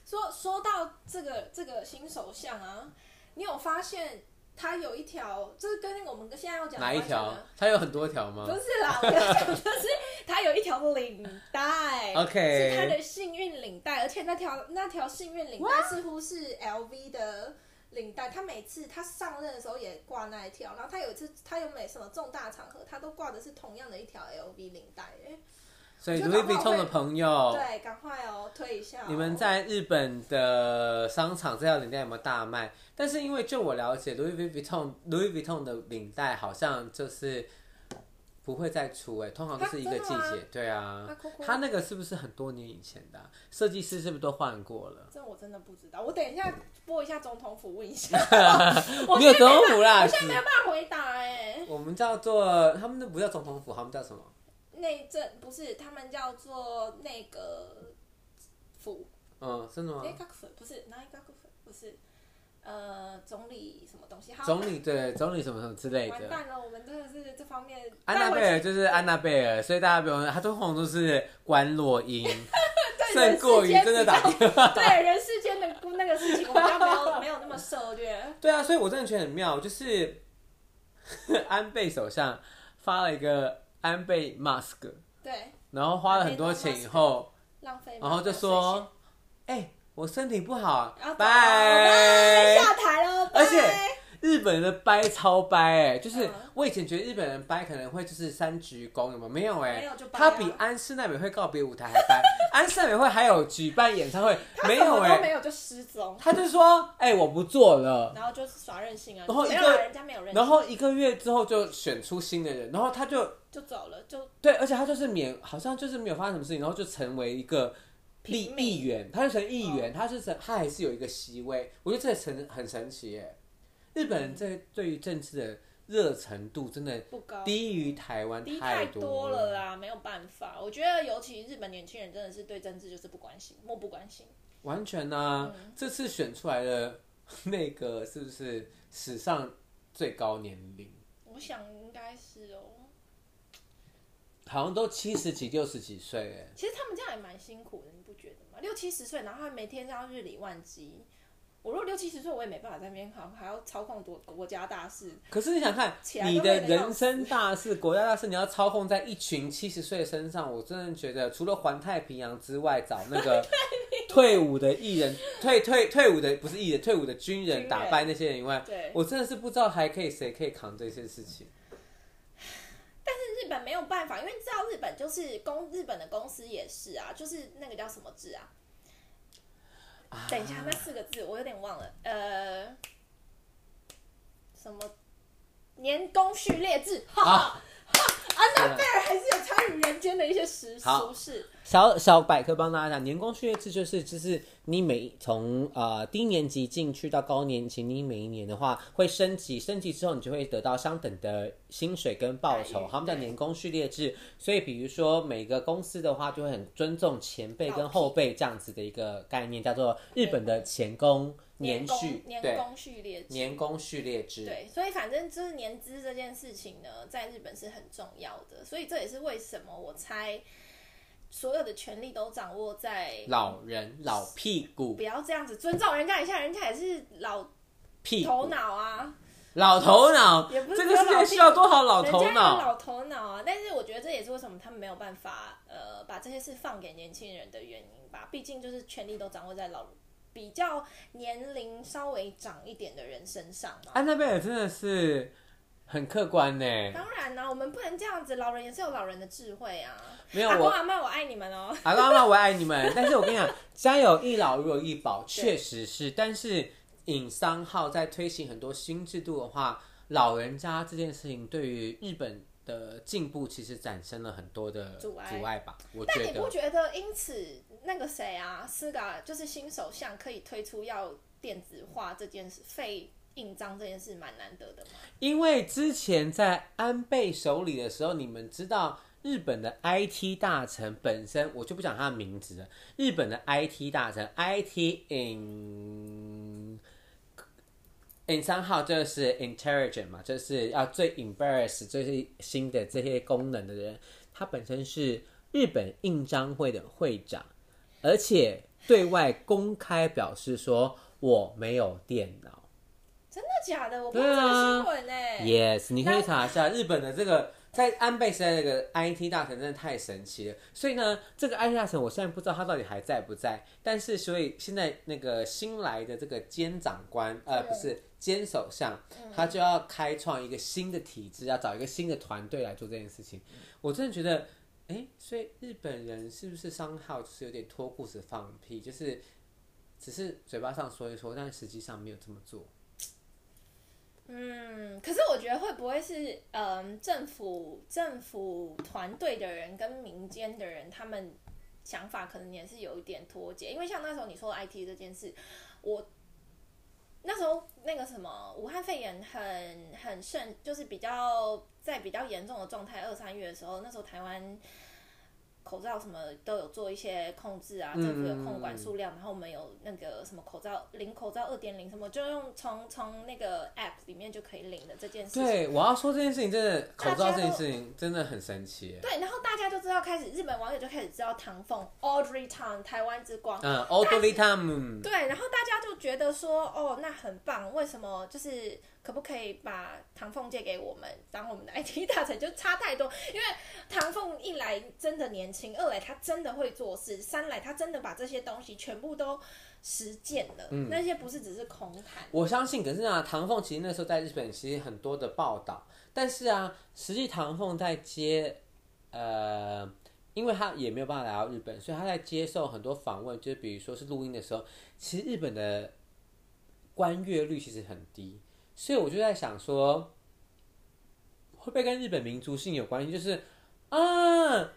说说到这个这个新首相啊，你有发现他有一条，就是跟我们现在要讲的哪一完全条的？他有很多条吗不？是啦， 我要讲的是他有一条领带 OK 是他的幸运领带，而且那条那条幸运领带似乎是 LV 的领带。他每次他上任的时候也挂那一条，然后他有一次他有每什么重大场合，他都挂的是同样的一条 LV 领带。哎、所以就 Louis 搞不好 Vuitton 的会朋友，对，赶快哦，推一下哦、你们在日本的商场这条领带有没有大卖？但是因为就我了解，Louis Vuitton Louis Vuitton 的领带好像就是不会再出哎、通常都是一个季啊真的节。对啊啊哭哭，他那个是不是很多年以前的啊、设计师是不是都换过了？这我真的不知道，我等一下播一下总统府问一 下。我没有现总统在没办府啦，啊我只现在没有办法回答哎、我们叫做他们那不叫总统府，他们叫什么？内政不是，他们叫做内阁府，嗯，真的吗？内阁府不是，内阁府不是，呃，总理什么东西？好总理对总理什么什么之类完的。蛋了，我们真的是这方面。安娜贝带回尔就是安娜贝尔，所以大家不用，他通常都是关落音， 去 对胜过于真的打人世间比较对人世间的那个事情，我比较没 有没有那么涉略。对啊，所以我真的觉得很妙，就是 安倍首相发了一个安倍 mask，对，然后花了很多钱以后，浪费。然后就说，哎、我身体不好然后，走拜。下台了，而且拜日本人的掰超掰哎、就是嗯我以前觉得日本人掰可能会就是三鞠躬，有吗？没有哎、没有就掰他啊比安室奈美惠告别舞台还 掰，安室奈美惠还有举办演唱会，没他什有么哎、都没有就失踪，他就说哎、我不做了，然后就是耍任性啊，然后一没个有啊人家没有任性，然后一个月之后就选出新的人，然后他就就走了，就对，而且他就是免，好像就是没有发生什么事情，然后就成为一个立平民嗯议员，他就成议员，他是成他还是有一个席位，我觉得这很很神奇耶。日本人这对于政治的热程度真的不高。低于台湾低太太多多了。啊啦，没有办法。我觉得尤其日本年轻人真的是对政治就是不关心，漠不关心。完全啊，嗯这次选出来的那个是不是史上最高年龄？我想应该是哦，好像都七十几、六十几岁哎。其实他们这样也蛮辛苦的，你不觉得吗？六七十岁，然后还每天这样日理万机。我如果六七十岁，我也没办法在那边考，还要操控国国家大事，可是你想看起来都你累的得人要生大事、国家大事，你要操控在一群七十岁的身上，我真的觉得除了环太平洋之外，找 那个退伍的艺人、退退退伍的不是艺人，退伍的军军人人打败那些人以外，对。我真的是不知道还可以谁可以扛这些事情。日本没有办法，因为你知道日本就是公日本的公司也是啊，就是那个叫什么字啊？啊等一下，那四个字我有点忘了，呃，什么年功序列制？哈哈，安娜贝尔还是有参与人间的一些时嗯好俗事，小小百科帮大家讲，年功序列制就是就是你每从呃低年级进去到高年级，你每一年的话会升级，升级之后你就会得到相等的薪水跟报待酬遇，他们叫哎对年功序列制。所以比如说每个公司的话，就会很尊重前辈跟后辈这样子的一个概念，叫做日本的前功年功序。年对功序列制。年功序列制，对，所以反正就是年资这件事情呢，在日本是很重要的，所以这也是为什么我猜所有的权利都掌握在老人老屁股不要这样子尊重人家一下，人家也是老屁头股脑啊，老头脑，也不是这个说世界老需屁要多少老头人家有脑？老头脑啊。但是我觉得这也是为什么他们没有办法呃把这些事放给年轻人的原因吧。毕竟就是权力都掌握在老比较年龄稍微长一点的人身上啊嘛。安娜贝尔真的是很客观呢，当然啊啦、我们不能这样子，老人也是有老人的智慧啊。没有阿公我阿妈，我爱你们哦。阿公阿妈，我爱你们。但是我跟你讲，家有一老，如有一宝，确实是。但是尹商号在推行很多新制度的话，老人家这件事情对于日本的进步，其实产生了很多的阻碍阻碍吧？我但觉你不得。觉得因此那个谁啊，斯嘎就是新首相可以推出要电子化这件事，废印章这件事蛮难得的吗？因为之前在安倍手里的时候，你们知道日本的 IT 大臣本身，我就不讲他的名字了。日本的 IT 大臣，IT in in 三号就是 intelligent 嘛，就是要最 embarrass 最新的这些功能的人，他本身是日本印章会的会长，而且对外公开表示说我没有电脑。真的假的？我不知道对这啊个新闻哎、 Yes，你可以查一下日本的这个在安倍时代的这个 IT 大臣真的太神奇了。所以呢，这个 IT 大臣我现在不知道他到底还在不在，但是所以现在那个新来的这个兼长官，呃，不是兼首相，他就要开创一个新的体制，要找一个新的团队来做这件事情。我真的觉得。哎，所以日本人是不是商号就是有点脱裤子放屁，就是只是嘴巴上说一说，但实际上没有这么做。嗯，可是我觉得会不会是，嗯，政府政府团队的人跟民间的人，他们想法可能也是有一点脱节，因为像那时候你说 IT 这件事，我那时候那个什么武汉肺炎很很盛，就是比较在比较严重的状态，二三月的时候，那时候台湾。口罩什么都有做一些控制啊，政府有控管数量，然后我们有那个什么口罩领口罩二点零什么，就用从从那个 app 里面就可以领的这件事情。对，我要说这件事情真的，口罩大家这都件事情真的很神奇耶。对，然后大家就知道开始，日本网友就开始知道唐凤 Audrey Tang 台湾之光。嗯 o d l y Time，对，然后大家就觉得说，哦，那很棒，为什么就是可不可以把唐凤借给我们当我们的 IT 大臣？就差太多，因为唐凤一来真的年轻，二来他真的会做事，三来他真的把这些东西全部都实践了，那些不是只是空谈。我相信。可是啊，唐凤其实那时候在日本其实很多的报道，但是啊，实际唐凤在接，呃，因为他也没有办法来到日本，所以他在接受很多访问，就是比如说是录音的时候，其实日本的观阅率其实很低，所以我就在想说，会不会跟日本民族性有关系？就是啊。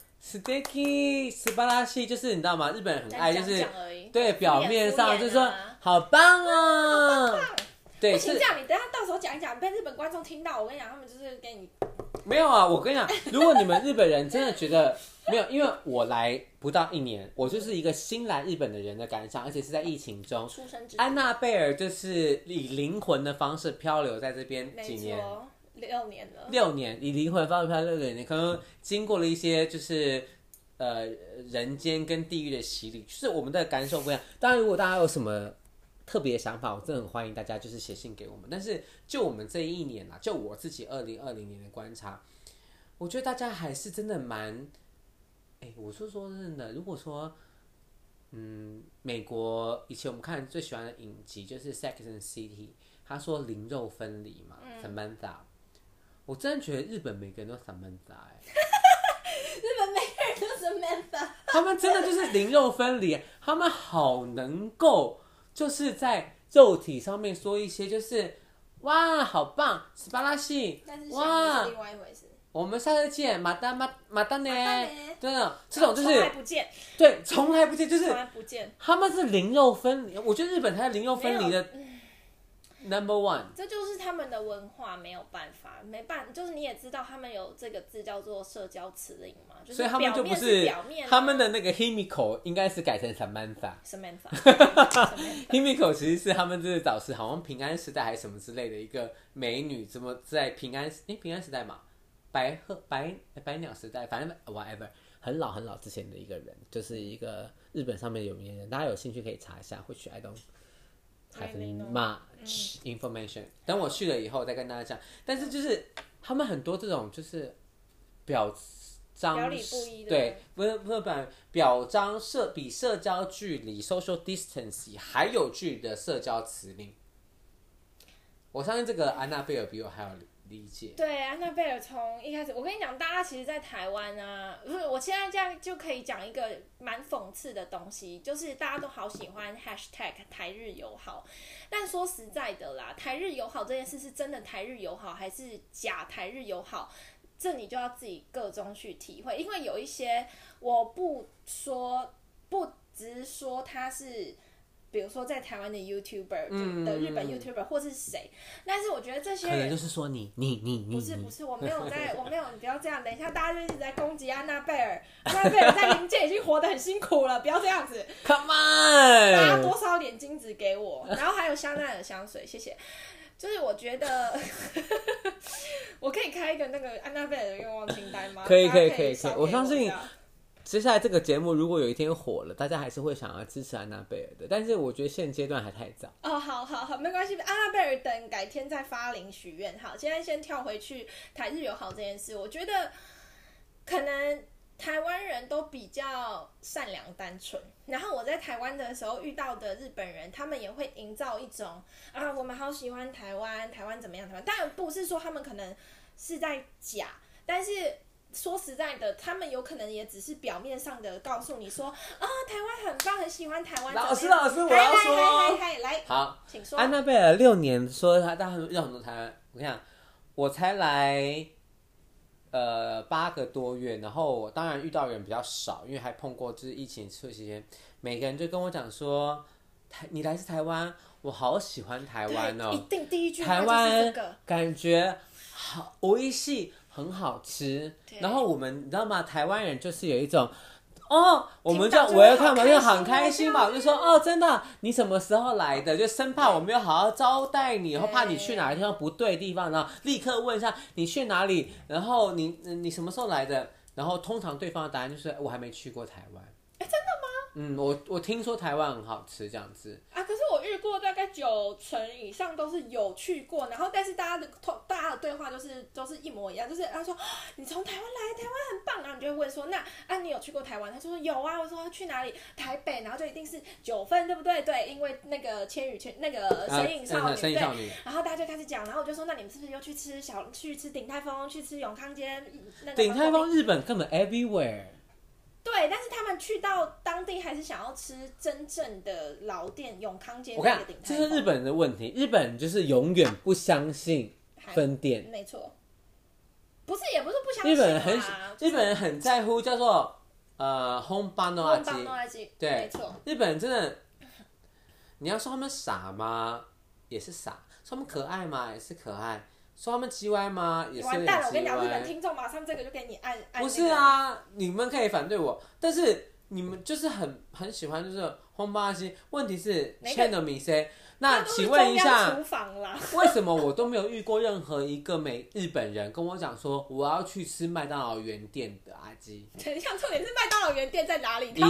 Sticky，斯巴拉西，就是你知道吗？日本人很爱，就讲是讲而已对表面上就是说敷衍啊好 棒哦，对不行，是这样你等一下到时候讲一讲，被日本观众听到，我跟你讲，他们就是给你没有啊，我跟你讲，如果你们日本人真的觉得没有，因为我来不到一年，我就是一个新来日本的人的感想，而且是在疫情中。出生之安娜贝尔就是以灵魂的方式漂流在这边几没年，错，六年了。六年，以灵魂方式漂流六年，你可能经过了一些就是呃人间跟地狱的洗礼，就是我们的感受不一样。当然，如果大家有什么特别的想法，我真的很欢迎大家就是写信给我们。但是就我们这一年啦，就我自己二零二零年的观察，我觉得大家还是真的蛮，哎、我是说真的，如果说。嗯，美国以前我们看最喜欢的影集就是《Sex and City》，他说灵肉分离嘛、s a m a n t h a 我真的觉得日本每个人都 Samantha，、欸、日本每个人都是 Manta，他们真的就是灵肉分离，他们好能够就是在肉体上面说一些就是哇好棒，斯巴拉西但是，想哇是，另外一回事。我们下次见，马达马马达呢马达呢，真的这种就从来是不见，对从来不见，就从是来不见，他们是灵肉分离，我觉得日本才是灵肉分离的 number one。这就是他们的文化，没有办法，没办，就是你也知道，他们有这个字叫做社交辞令嘛，就是所以他们就表不面是是表面啊，他们的那个 Himiko 应该是改成 Samantha。什么 Samantha， Himiko 其实是他们这个早是好像平安时代还是什么之类的一个美女，怎么在平安诶平安时代嘛，白鹤白白鸟时代，反正 whatever，很老很老之前的一个人，就是一个日本上面有名的人，大家有兴趣可以查一下，或许 I don't have Really know much information，、等我去了以后再跟大家讲。但是就是他们很多这种就是表彰表里不一的对，不是不是表表彰社比社交距离 （social distance） 还有距离的社交辞令。我相信这个安娜贝尔比我还要理解。对，安娜贝尔从一开始，我跟你讲，大家其实，在台湾啊，不是，我现在这样就可以讲一个蛮讽刺的东西，就是大家都好喜欢 hashtag 台日友好，但说实在的啦，台日友好这件事是真的台日友好还是假台日友好，这你就要自己各中去体会，因为有一些我不说，不直说他是。比如说，在台湾的 YouTuber 就的日本 YouTuber 或是谁，但是我觉得这些嗯可能人就是说你你你你不是你不是，我没有在，我没有，你不要这样。等一下，大家就一直在攻击安娜贝尔，安娜贝尔在灵界已经活得很辛苦了，不要这样 子。 ，Come 嗯大家 on！多烧点金子给我，然后还有香奈儿香水，谢谢。就是我觉得， 我可以开一个那个安娜贝尔的愿望清单吗？可以大家可以可以以烧可以给我相信这样接下来这个节目如果有一天火了，大家还是会想要支持安娜贝尔的，但是我觉得现阶段还太早。哦，好好好，没关系。安娜贝尔等改天再发灵许愿。好，现在先跳回去台日友好这件事，我觉得可能台湾人都比较善良单纯。然后我在台湾的时候遇到的日本人，他们也会营造一种啊，我们好喜欢台湾，台湾怎么样？台湾，当然不是说他们可能是在假，但是说实在的，他们有可能也只是表面上的告诉你说啊，台湾很棒，很喜欢台湾。老师，怎么样老师，我要嗨嗨说，嗨嗨，来，好，请说。安娜贝尔六年说她大很要很多台湾，我跟你讲，我才来呃八个多月，然后我当然遇到人比较少，因为还碰过就是疫情这期间，每个人就跟我讲说台你来自台湾，我好喜欢台湾对一哦，定第一句话台就是这湾个，感觉好，无一系很好吃对。然后我们你知道吗？台湾人就是有一种。哦，我听们就到就我会要看嘛，好就开心哦很开心这嘛，就样说哦，真的，你什么时候来的？就生怕我没有好好招待你，然后怕你去哪个地方不对地方，然后立刻问一下你去哪里，然后你你什么时候来的？然后通常对方的答案就是我还没去过台湾。真的吗？嗯，我我听说台湾很好吃，这样子。啊，可是我遇过大概九成以上都是有去过，然后但是大家的通大家的对话就是都是一模一样，就是他说啊你从台湾来，台湾很棒，然后你就会问说那啊你有去过台湾？他说有啊，我说去哪里？台北，然后就一定是九份，对不对？对，因为那个千与千那个啊呃神隐少嗯女，神隐对少女，然后大家就开始讲，然后我就说那你们是不是又去吃小去吃鼎泰丰，去吃永康街？那个顶泰芒果丰日本根本 everywhere。对，但是他们去到当地还是想要吃真正的老店永康街我那看啊个鼎这泰是丰。日本人的问题，日本人就是永远不相信还分店。没错，不是也不是不哎相信、啊，日本人很就是日本人很在乎叫做呃 home b a n o 弄 a 棒弄在一起，对没错，日本人真的，你要说他们傻吗？也是傻。说他们可爱吗？也是可爱。说他们叽歪吗？也是有完点蛋了！我跟你讲，日叽本歪。听众马上这个就给你按按、那个不是，啊，你们可以反对我，但是你们就是很很喜欢就是轰巴西。问题是哪个 c h a n 米 C，那都是请问一中央下，厨房 啦，为什么我都没有遇过任何一个美日本人跟我讲说我要去吃麦当劳原店的阿基？等一下，重点是麦当劳原店在哪里？他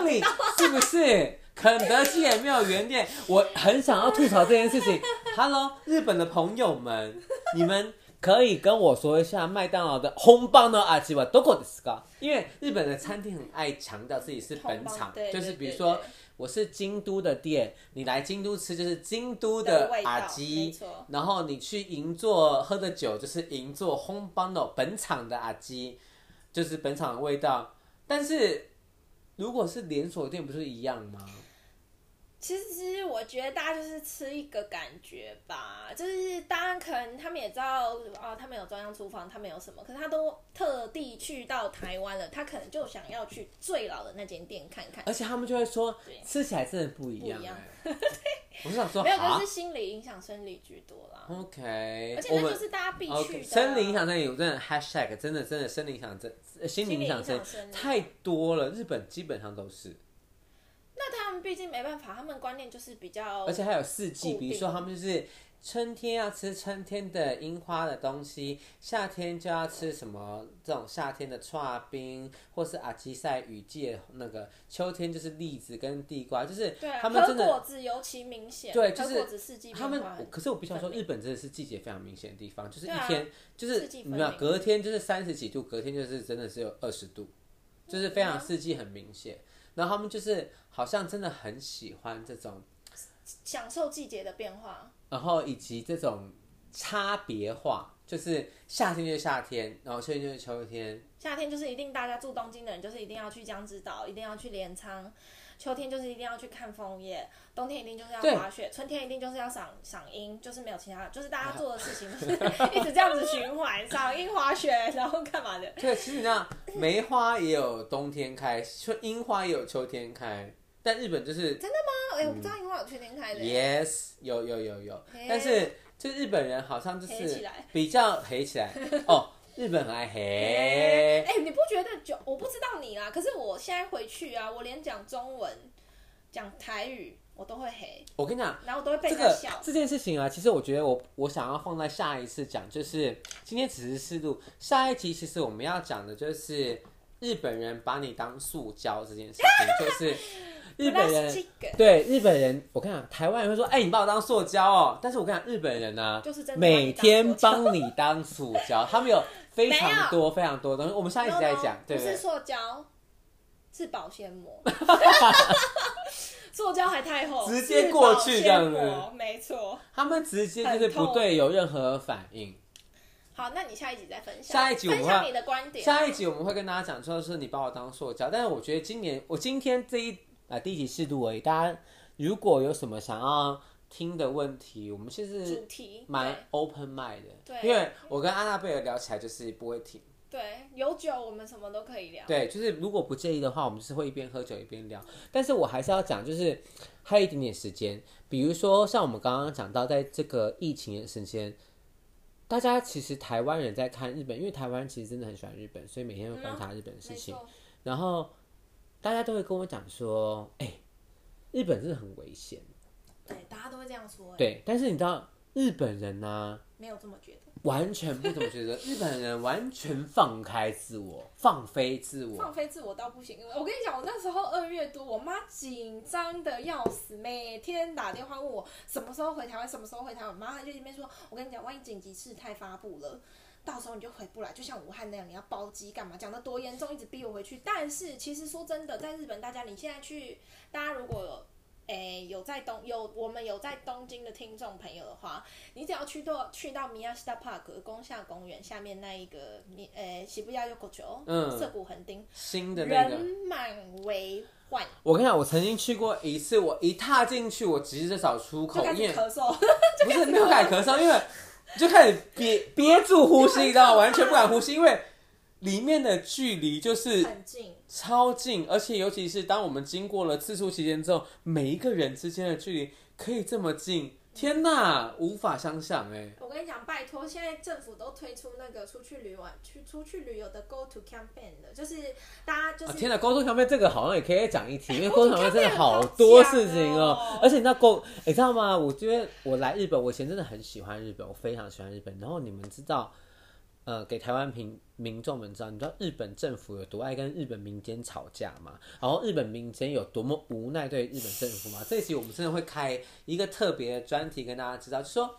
们也找不 Exactly，是不是？肯德基也没有原店，我很想要吐槽这件 事情。Hello，日本的朋友们，你们可以跟我说一下麦当劳的红棒的阿基吧，どこですか？因为日本的餐厅很爱强调自己是本红场棒，对就是比如对说对我是京都的店，你来京都吃就是京都的的味道阿没基错，然后你去银座喝的酒就是银座红帮的本场的阿基，就是本场的味道。但是如果是连锁店，不是一样吗？其实我觉得大家就是吃一个感觉吧，就是当然可能他们也知道啊，他们有中央厨房，他们有什么，可是他都特地去到台湾了，他可能就想要去最老的那间店看看。而且他们就会说对吃起来真的不一样、不一样 欸。我是想说，没有，哈就是心理影响生理居多啦。 OK，而且啊我那们哦就是大家必去 OK，的。啊森林影响真的，我真的 Hashtag 真的真的森林影响真呃心理心理影响影真响真的太多了，日本基本上都是，那他们毕竟没办法，他们观念就是比较，而且还有四季，固比定如说他们就是春天要吃春天的樱花的东西，夏天就要吃什么这种夏天的串冰，或是阿基赛雨季的那个，秋天就是栗子跟地瓜，就是对啊，他们真和的。果子尤其明显，对就是和果子四季他变们化很，可是我必须要说，分日本真的是季节非常明显的地方，就是一对啊天，就是四季你分知道，明隔天就是三十几度，隔天就是真的是有二十度，就是非对常啊四季很明显。然后他们就是好像真的很喜欢这种享受季节的变化。然后以及这种差别化，就是夏天就是夏天，然后秋天就是秋天，夏天就是一定大家住东京的人就是一定要去江之岛，一定要去镰仓；秋天就是一定要去看枫叶，冬天一定就是对要滑雪，春天一定就是要赏赏樱，就是没有其他，就是大家做的事情 就是 一直这样子循环，赏樱、滑雪，然后干嘛的？对，其实你知道，梅花也有冬天开，秋樱花也有秋天开，但日本就是嗯那哎、我不知道樱花有去年开的， yes 有有有有嘿，但是就日本人好像就黑起是来比较黑起来 哦，日本很爱哎、黑，你不觉得就我不知道你啦，可是我现在回去啊，我连讲中文、讲台语我都会黑，我跟你讲。然后我都会被这人家个笑。这件事情啊，其实我觉得我我想要放在下一次讲，就是今天只是试录，下一集其实我们要讲的就是日本人把你当塑胶这件事情， 就是日本人 Plastic 对日本人，我跟你讲，台湾人会说，哎、你把我当塑胶哦，但是我跟你讲，日本人呢、就是真的把你当每天塑胶帮你当塑胶，他们有非没常有多非常多的东西，我们下一集 No, 再 no, 讲，对不对是？塑胶，是保鲜 膜。塑胶还太厚，直接过去这样子是保鲜膜没错。他们直接就是不对有任何反应。好，好，那你下一集再分享。下一集我分们享会你的观点。下一集我们会跟大家讲，说是你把我当塑胶，但是我觉得今年我今天这一啊第一集适度而已，大家如果有什么想要听的问题，我们其主实题蛮 open mind 的，对哦因为我跟安娜贝尔聊起来就是不会停，对对有酒，我们什么都可以聊。对，就是如果不介意的话，我们就是会一边喝酒一边聊，但是我还是要讲，就是还有一点点时间，比如说像我们刚刚讲到，在这个疫情的时间。大家其实台湾人在看日本，因为台湾其实真的很喜欢日本，所以每天会观察日本的事没情。错，然后大家都会跟我讲说，哎、日本真的很危险，对，大家都会这样说、哎，哎对。但是你知道日本人呢、没有这么觉得，完全不怎 么觉得，日本人完全放开自我，放飞自我放。飞自我倒不行。因为我跟你讲，我那时候二月多，我妈紧张的要死，每天打电话问我什么时候回台湾，什么时候回台湾。我妈就一边说，我跟你讲，万一紧急事态发布了。到时候你就回不来，就像武汉那样，你要包机干嘛？讲的多严重，一直逼我回去。但是其实说真的，在日本，大家你现在去，大家如果有诶有在东有我们有在东京的听众朋友的话，你只要去到去到 Miyashita Park 宫下公园下面那一个你诶喜不亚 Yoko 嗯涩谷横丁，新的那个，人满为患，我跟你讲，我曾经去过一次，我一踏进去，我直接找出就口，开因始为咳嗽。不是没有敢咳嗽，因为就开始憋憋住呼吸，你知道吗？完全不敢呼吸，因为里面的距离就是很近，超近，而且尤其是当我们经过了自助期间之后，每一个人之间的距离可以这么近，天哪，无法想象哎、我跟你讲，拜托，现在政府都推出那个出去旅玩、去出去旅游的 Go to campaign 了，就是大家就啊是、哎天哪，沟通条面这个好像也可以再讲一题，因为沟沟通通条条面面真真的的好好多多事事情情哦哦。而且你知道沟，哎你知道吗？我觉得我来日本，我以前真的很喜欢日本，我非常喜欢日本。然后你们知道，呃，给台湾民民众们知道，你知道日本政府有多爱跟日本民间吵架吗？然后日本民间有多么无奈对日本政府吗？这一集我们真的会开一个特别的专题跟大家知道，就说，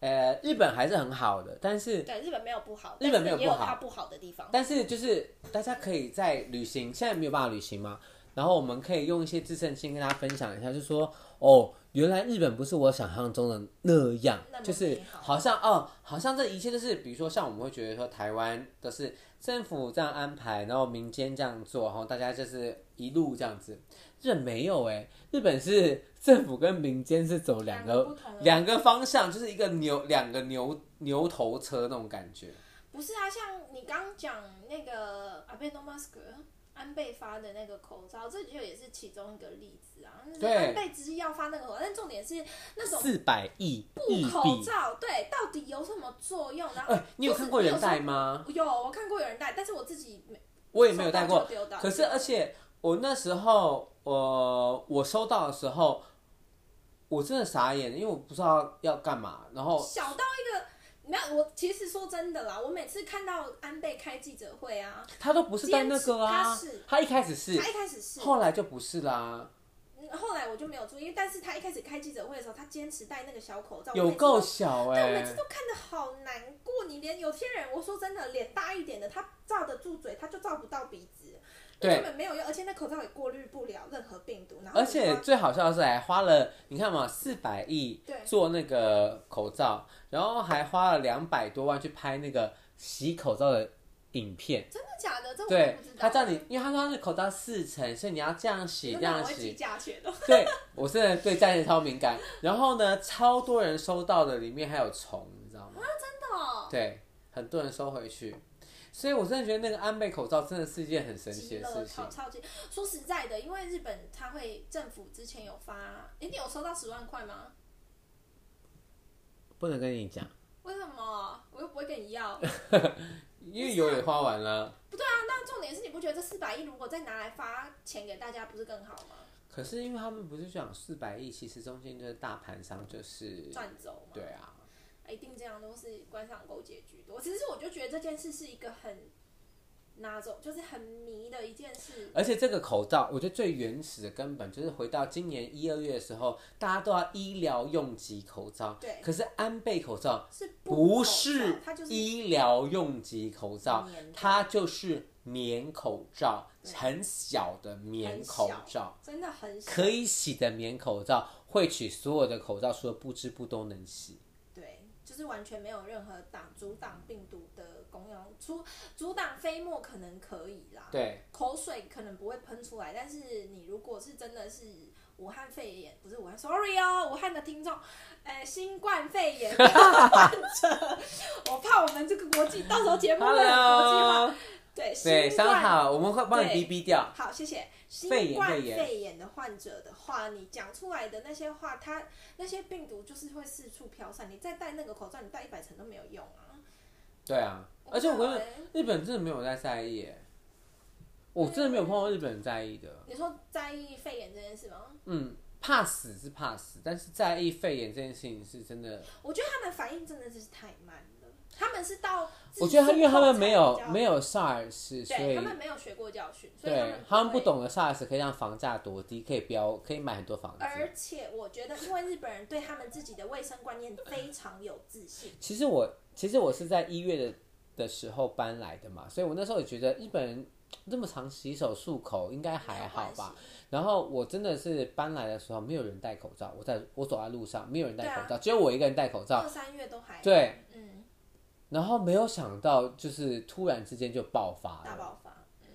呃，日本还是很好的，但是对日本没有不好，日本没有但是也有不好它不好的地方。但是就是大家可以在旅行，现在没有办法旅行嘛，然后我们可以用一些自身性跟大家分享一下，就说哦，原来日本不是我想象中的那样那，么就是美好好像哦，好像这一切都是，比如说像我们会觉得说台湾都是政府这样安排，然后民间这样做，然后大家就是一路这样子，日本没有哎、日本是政府跟民间是走两两个个不同的两个方向，就是一个牛两个牛牛头车那种感觉。不是啊，像你刚讲那个阿贝诺马斯克安倍发的那个口罩，这就也是其中一个例子啊。那是对安倍执意要发那个口罩，但重点是那种四百亿布日口币。罩，对，到底有什么作用？然后、哎、你有看过人戴吗？吗？有，我看过有人戴，但是我自己没，我也没有戴收过到就丢。到可是，而且我那时候，我、我收到的时候，我真的傻眼，因为我不知道要干嘛。然后，小到一个。没有，我其实说真的啦，我每次看到安倍开记者会啊，他都不是戴那个啊坚持他是，他一开始是他，一开始是，后来就不是啦，嗯后来我就没有注意，但是他一开始开记者会的时候，他坚持戴那个小口罩，我有每次够都小对，哎、我每次都看的好难过。你连有些人，我说真的，脸大一点的，他罩得住嘴，他就罩不到鼻子，对根本没有用，而且那口罩也过滤不了任何病毒。然后而你且说最好笑的是，还花了你看嘛，四百亿对做那个口罩，然后还花了两百多万去拍那个洗口罩的影片。真的假的，这我 对都不知道。他叫你，因为他说他的口罩四层，所以你要这样洗有这哪样人会记洗。价钱的，对我真的对价钱超敏感。然后呢，超多人收到的里面还有虫，你知道吗？真的哦，对，很多人收回去。所以我真的觉得那个安倍口罩真的是一件很神奇极的乐事情超。超级。说实在的，因为日本它会政府之前有发，诶，你有收到十万块吗？不能跟你讲，为什么？我又不会跟你要。因为油也花完了。不对啊，那重点是你不觉得这四百亿如果再拿来发钱给大家，不是更好吗？可是因为他们不是讲四百亿，其实中间就是大盘商就是赚走嘛。对啊，一定这样都是官商勾结居多。其实我就觉得这件事是一个很拿走，就是很迷的一件事。而且这个口罩，我觉得最原始的根本就是回到今年一二月的时候，大家都要医疗用级口罩。对可是安倍口罩是不口罩是它就是医疗用级口罩棉的，它就是棉口罩，很小的棉很口小罩，，真的很小。可以洗的棉口罩。会取所有的口罩，除了不织布都能洗，对，就是完全没有任何挡阻挡病毒的功用，除阻挡飞沫可能可以啦，对，口水可能不会喷出来，但是你如果是真的是武汉肺炎，不是武汉，sorry 哦，武汉的听众，呃，新冠肺炎的患者， 我怕我们这个国际到时候节目会很国际化， Hello，对，对，新伤冠好，我们会帮你对 BB 掉。好，谢谢。新肺炎冠肺炎肺炎的患者的话，你讲出来的那些话，它那些病毒就是会四处飘散。你再戴那个口罩，你戴一百层都没有用啊。对啊，而且我跟不知道你欸日本真的没有在在意耶，我真的没有碰到日本人在意的。你说在意肺炎这件事吗？嗯，怕死是怕死，但是在意肺炎这件事情是真的。我觉得他们反应真的是太慢了。他们是到自我觉得他，己因为他们后没才有比较没有 SARS，所对以他们没有学过教训，所以对们他们会不。懂得 SARS 可以让房价多低，可以标，可以买很多房子。而且我觉得，因为日本人对他们自己的卫生观念非常有自信。其实我其实我是在一月的的时候搬来的嘛，所以我那时候也觉得日本人这么常洗手漱口应该没还有好关吧系。然后我真的是搬来的时候，没有人戴口罩，我在我走在路上，没有人戴对啊口罩，只有我一个人戴口罩。二三月都还，对，嗯，然后没有想到，就是突然之间就爆发大了。爆发。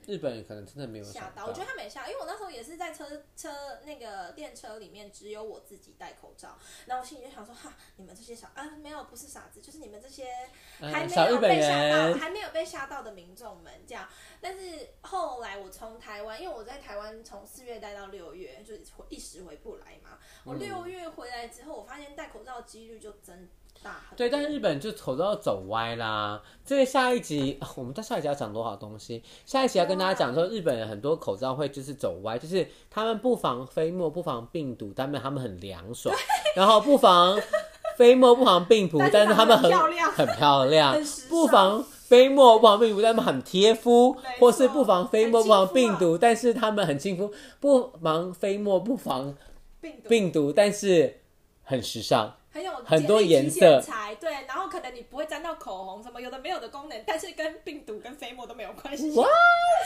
日本人可能真的没有吓想到，我觉得他没吓，因为我那时候也是在车车那个电车里面，只有我自己戴口罩，然后我心里就想说哈，你们这些傻啊，没有不是傻子，就是你们这些还没嗯、小日有本被吓到，人，还没有被吓到的民众们这样。但是后来我从台湾，因为我在台湾从四月待到六月，就是回一时回不来嘛。嗯我六月回来之后，我发现戴口罩的几率就真大很多。对，但是日本就口罩走歪啦。这个下一集， 啊我们在下一集要讲多少东西？下一集要跟大家讲说，日本人很多口罩会就是走歪，就是他们不防飞沫，不防病毒，但是他们很凉爽，然后不防飞沫，不防病毒，但 但是是他他们们很很漂亮很漂亮很时尚不防飞沫，不防病毒，但他们很贴肤没，或是错不防飞很沫，不亲防肤病啊毒，但是他们很亲肤，不防飞沫，不防病毒病毒，但是很时尚。很有很多立体颜色剪裁，对，然后可能你不会沾到口红什么有的没有的功能，但是跟病毒跟飞沫都没有关系。 What？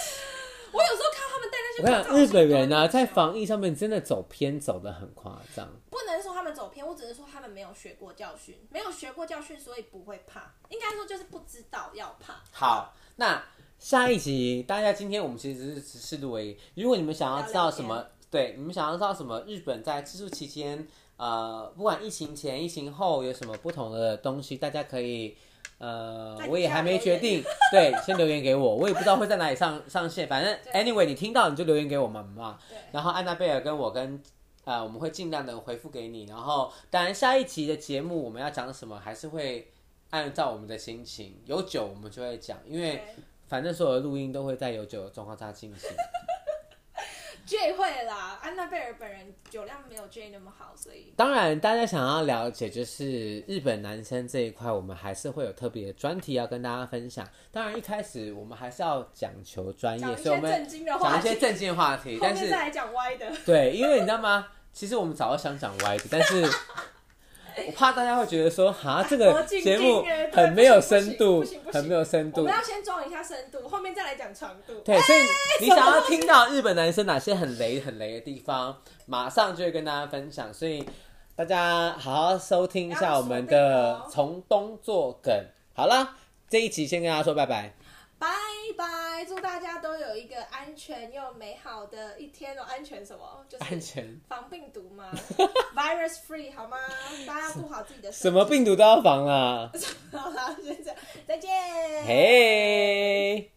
我有时候看他们戴我那些看口罩，日本人我啊，心里在都防疫上面真的走偏，走的很夸张。不能说他们走偏，我只是说他们没有学过教训，没有学过教训，所以不会怕。应该说就是不知道要怕。好，那下一集大家今天我们其实是只是录而已。如果你们想要知道什聊么，对，你们想要知道什么，日本在自助期间，呃，不管疫情前、疫情后有什么不同的东西，大家可以。呃在，底我也下还没留决言定，对，先留言给我，我也不知道会在哪里上上线，反正对 anyway 你听到你就留言给我们嘛，对，然后安娜贝尔跟我跟呃，我们会尽量的回复给你。然后当然下一期的节目我们要讲什么，还是会按照我们的心情，有酒我们就会讲，因为对反正所有的录音都会在有酒的状况下进行。 J 会啦，安娜贝尔本人酒量没有 J 那么好，所以当然，大家想要了解就是日本男生这一块，我们还是会有特别的专题要跟大家分享。当然一开始我们还是要讲求专讲业，一所以些我们正经的讲话一些题，正经的话题，后但面是再来讲歪的。对，因为你知道吗？其实我们早就想讲歪的，但是哎我怕大家会觉得说，哈，这国个境节目定哎耶对很没有不行不深行度不行不，行很没有深我度们。要哎先装一下深度，后面再来讲长度。对，所以你想要听到日本男生哪些很雷、很雷的地方，马上就会跟大家分享。所以大家好好收听一下我们的要锁定哦从东作梗。好啦，这一期先跟大家说拜拜。拜拜！祝大家都有一个安全又美好的一天哦！安全什么？就是安全，防病毒 吗？Virus free 好吗？大家顾好自己的什身体。么 病毒都要防啦。哎好啦，先这样，再见。嘿。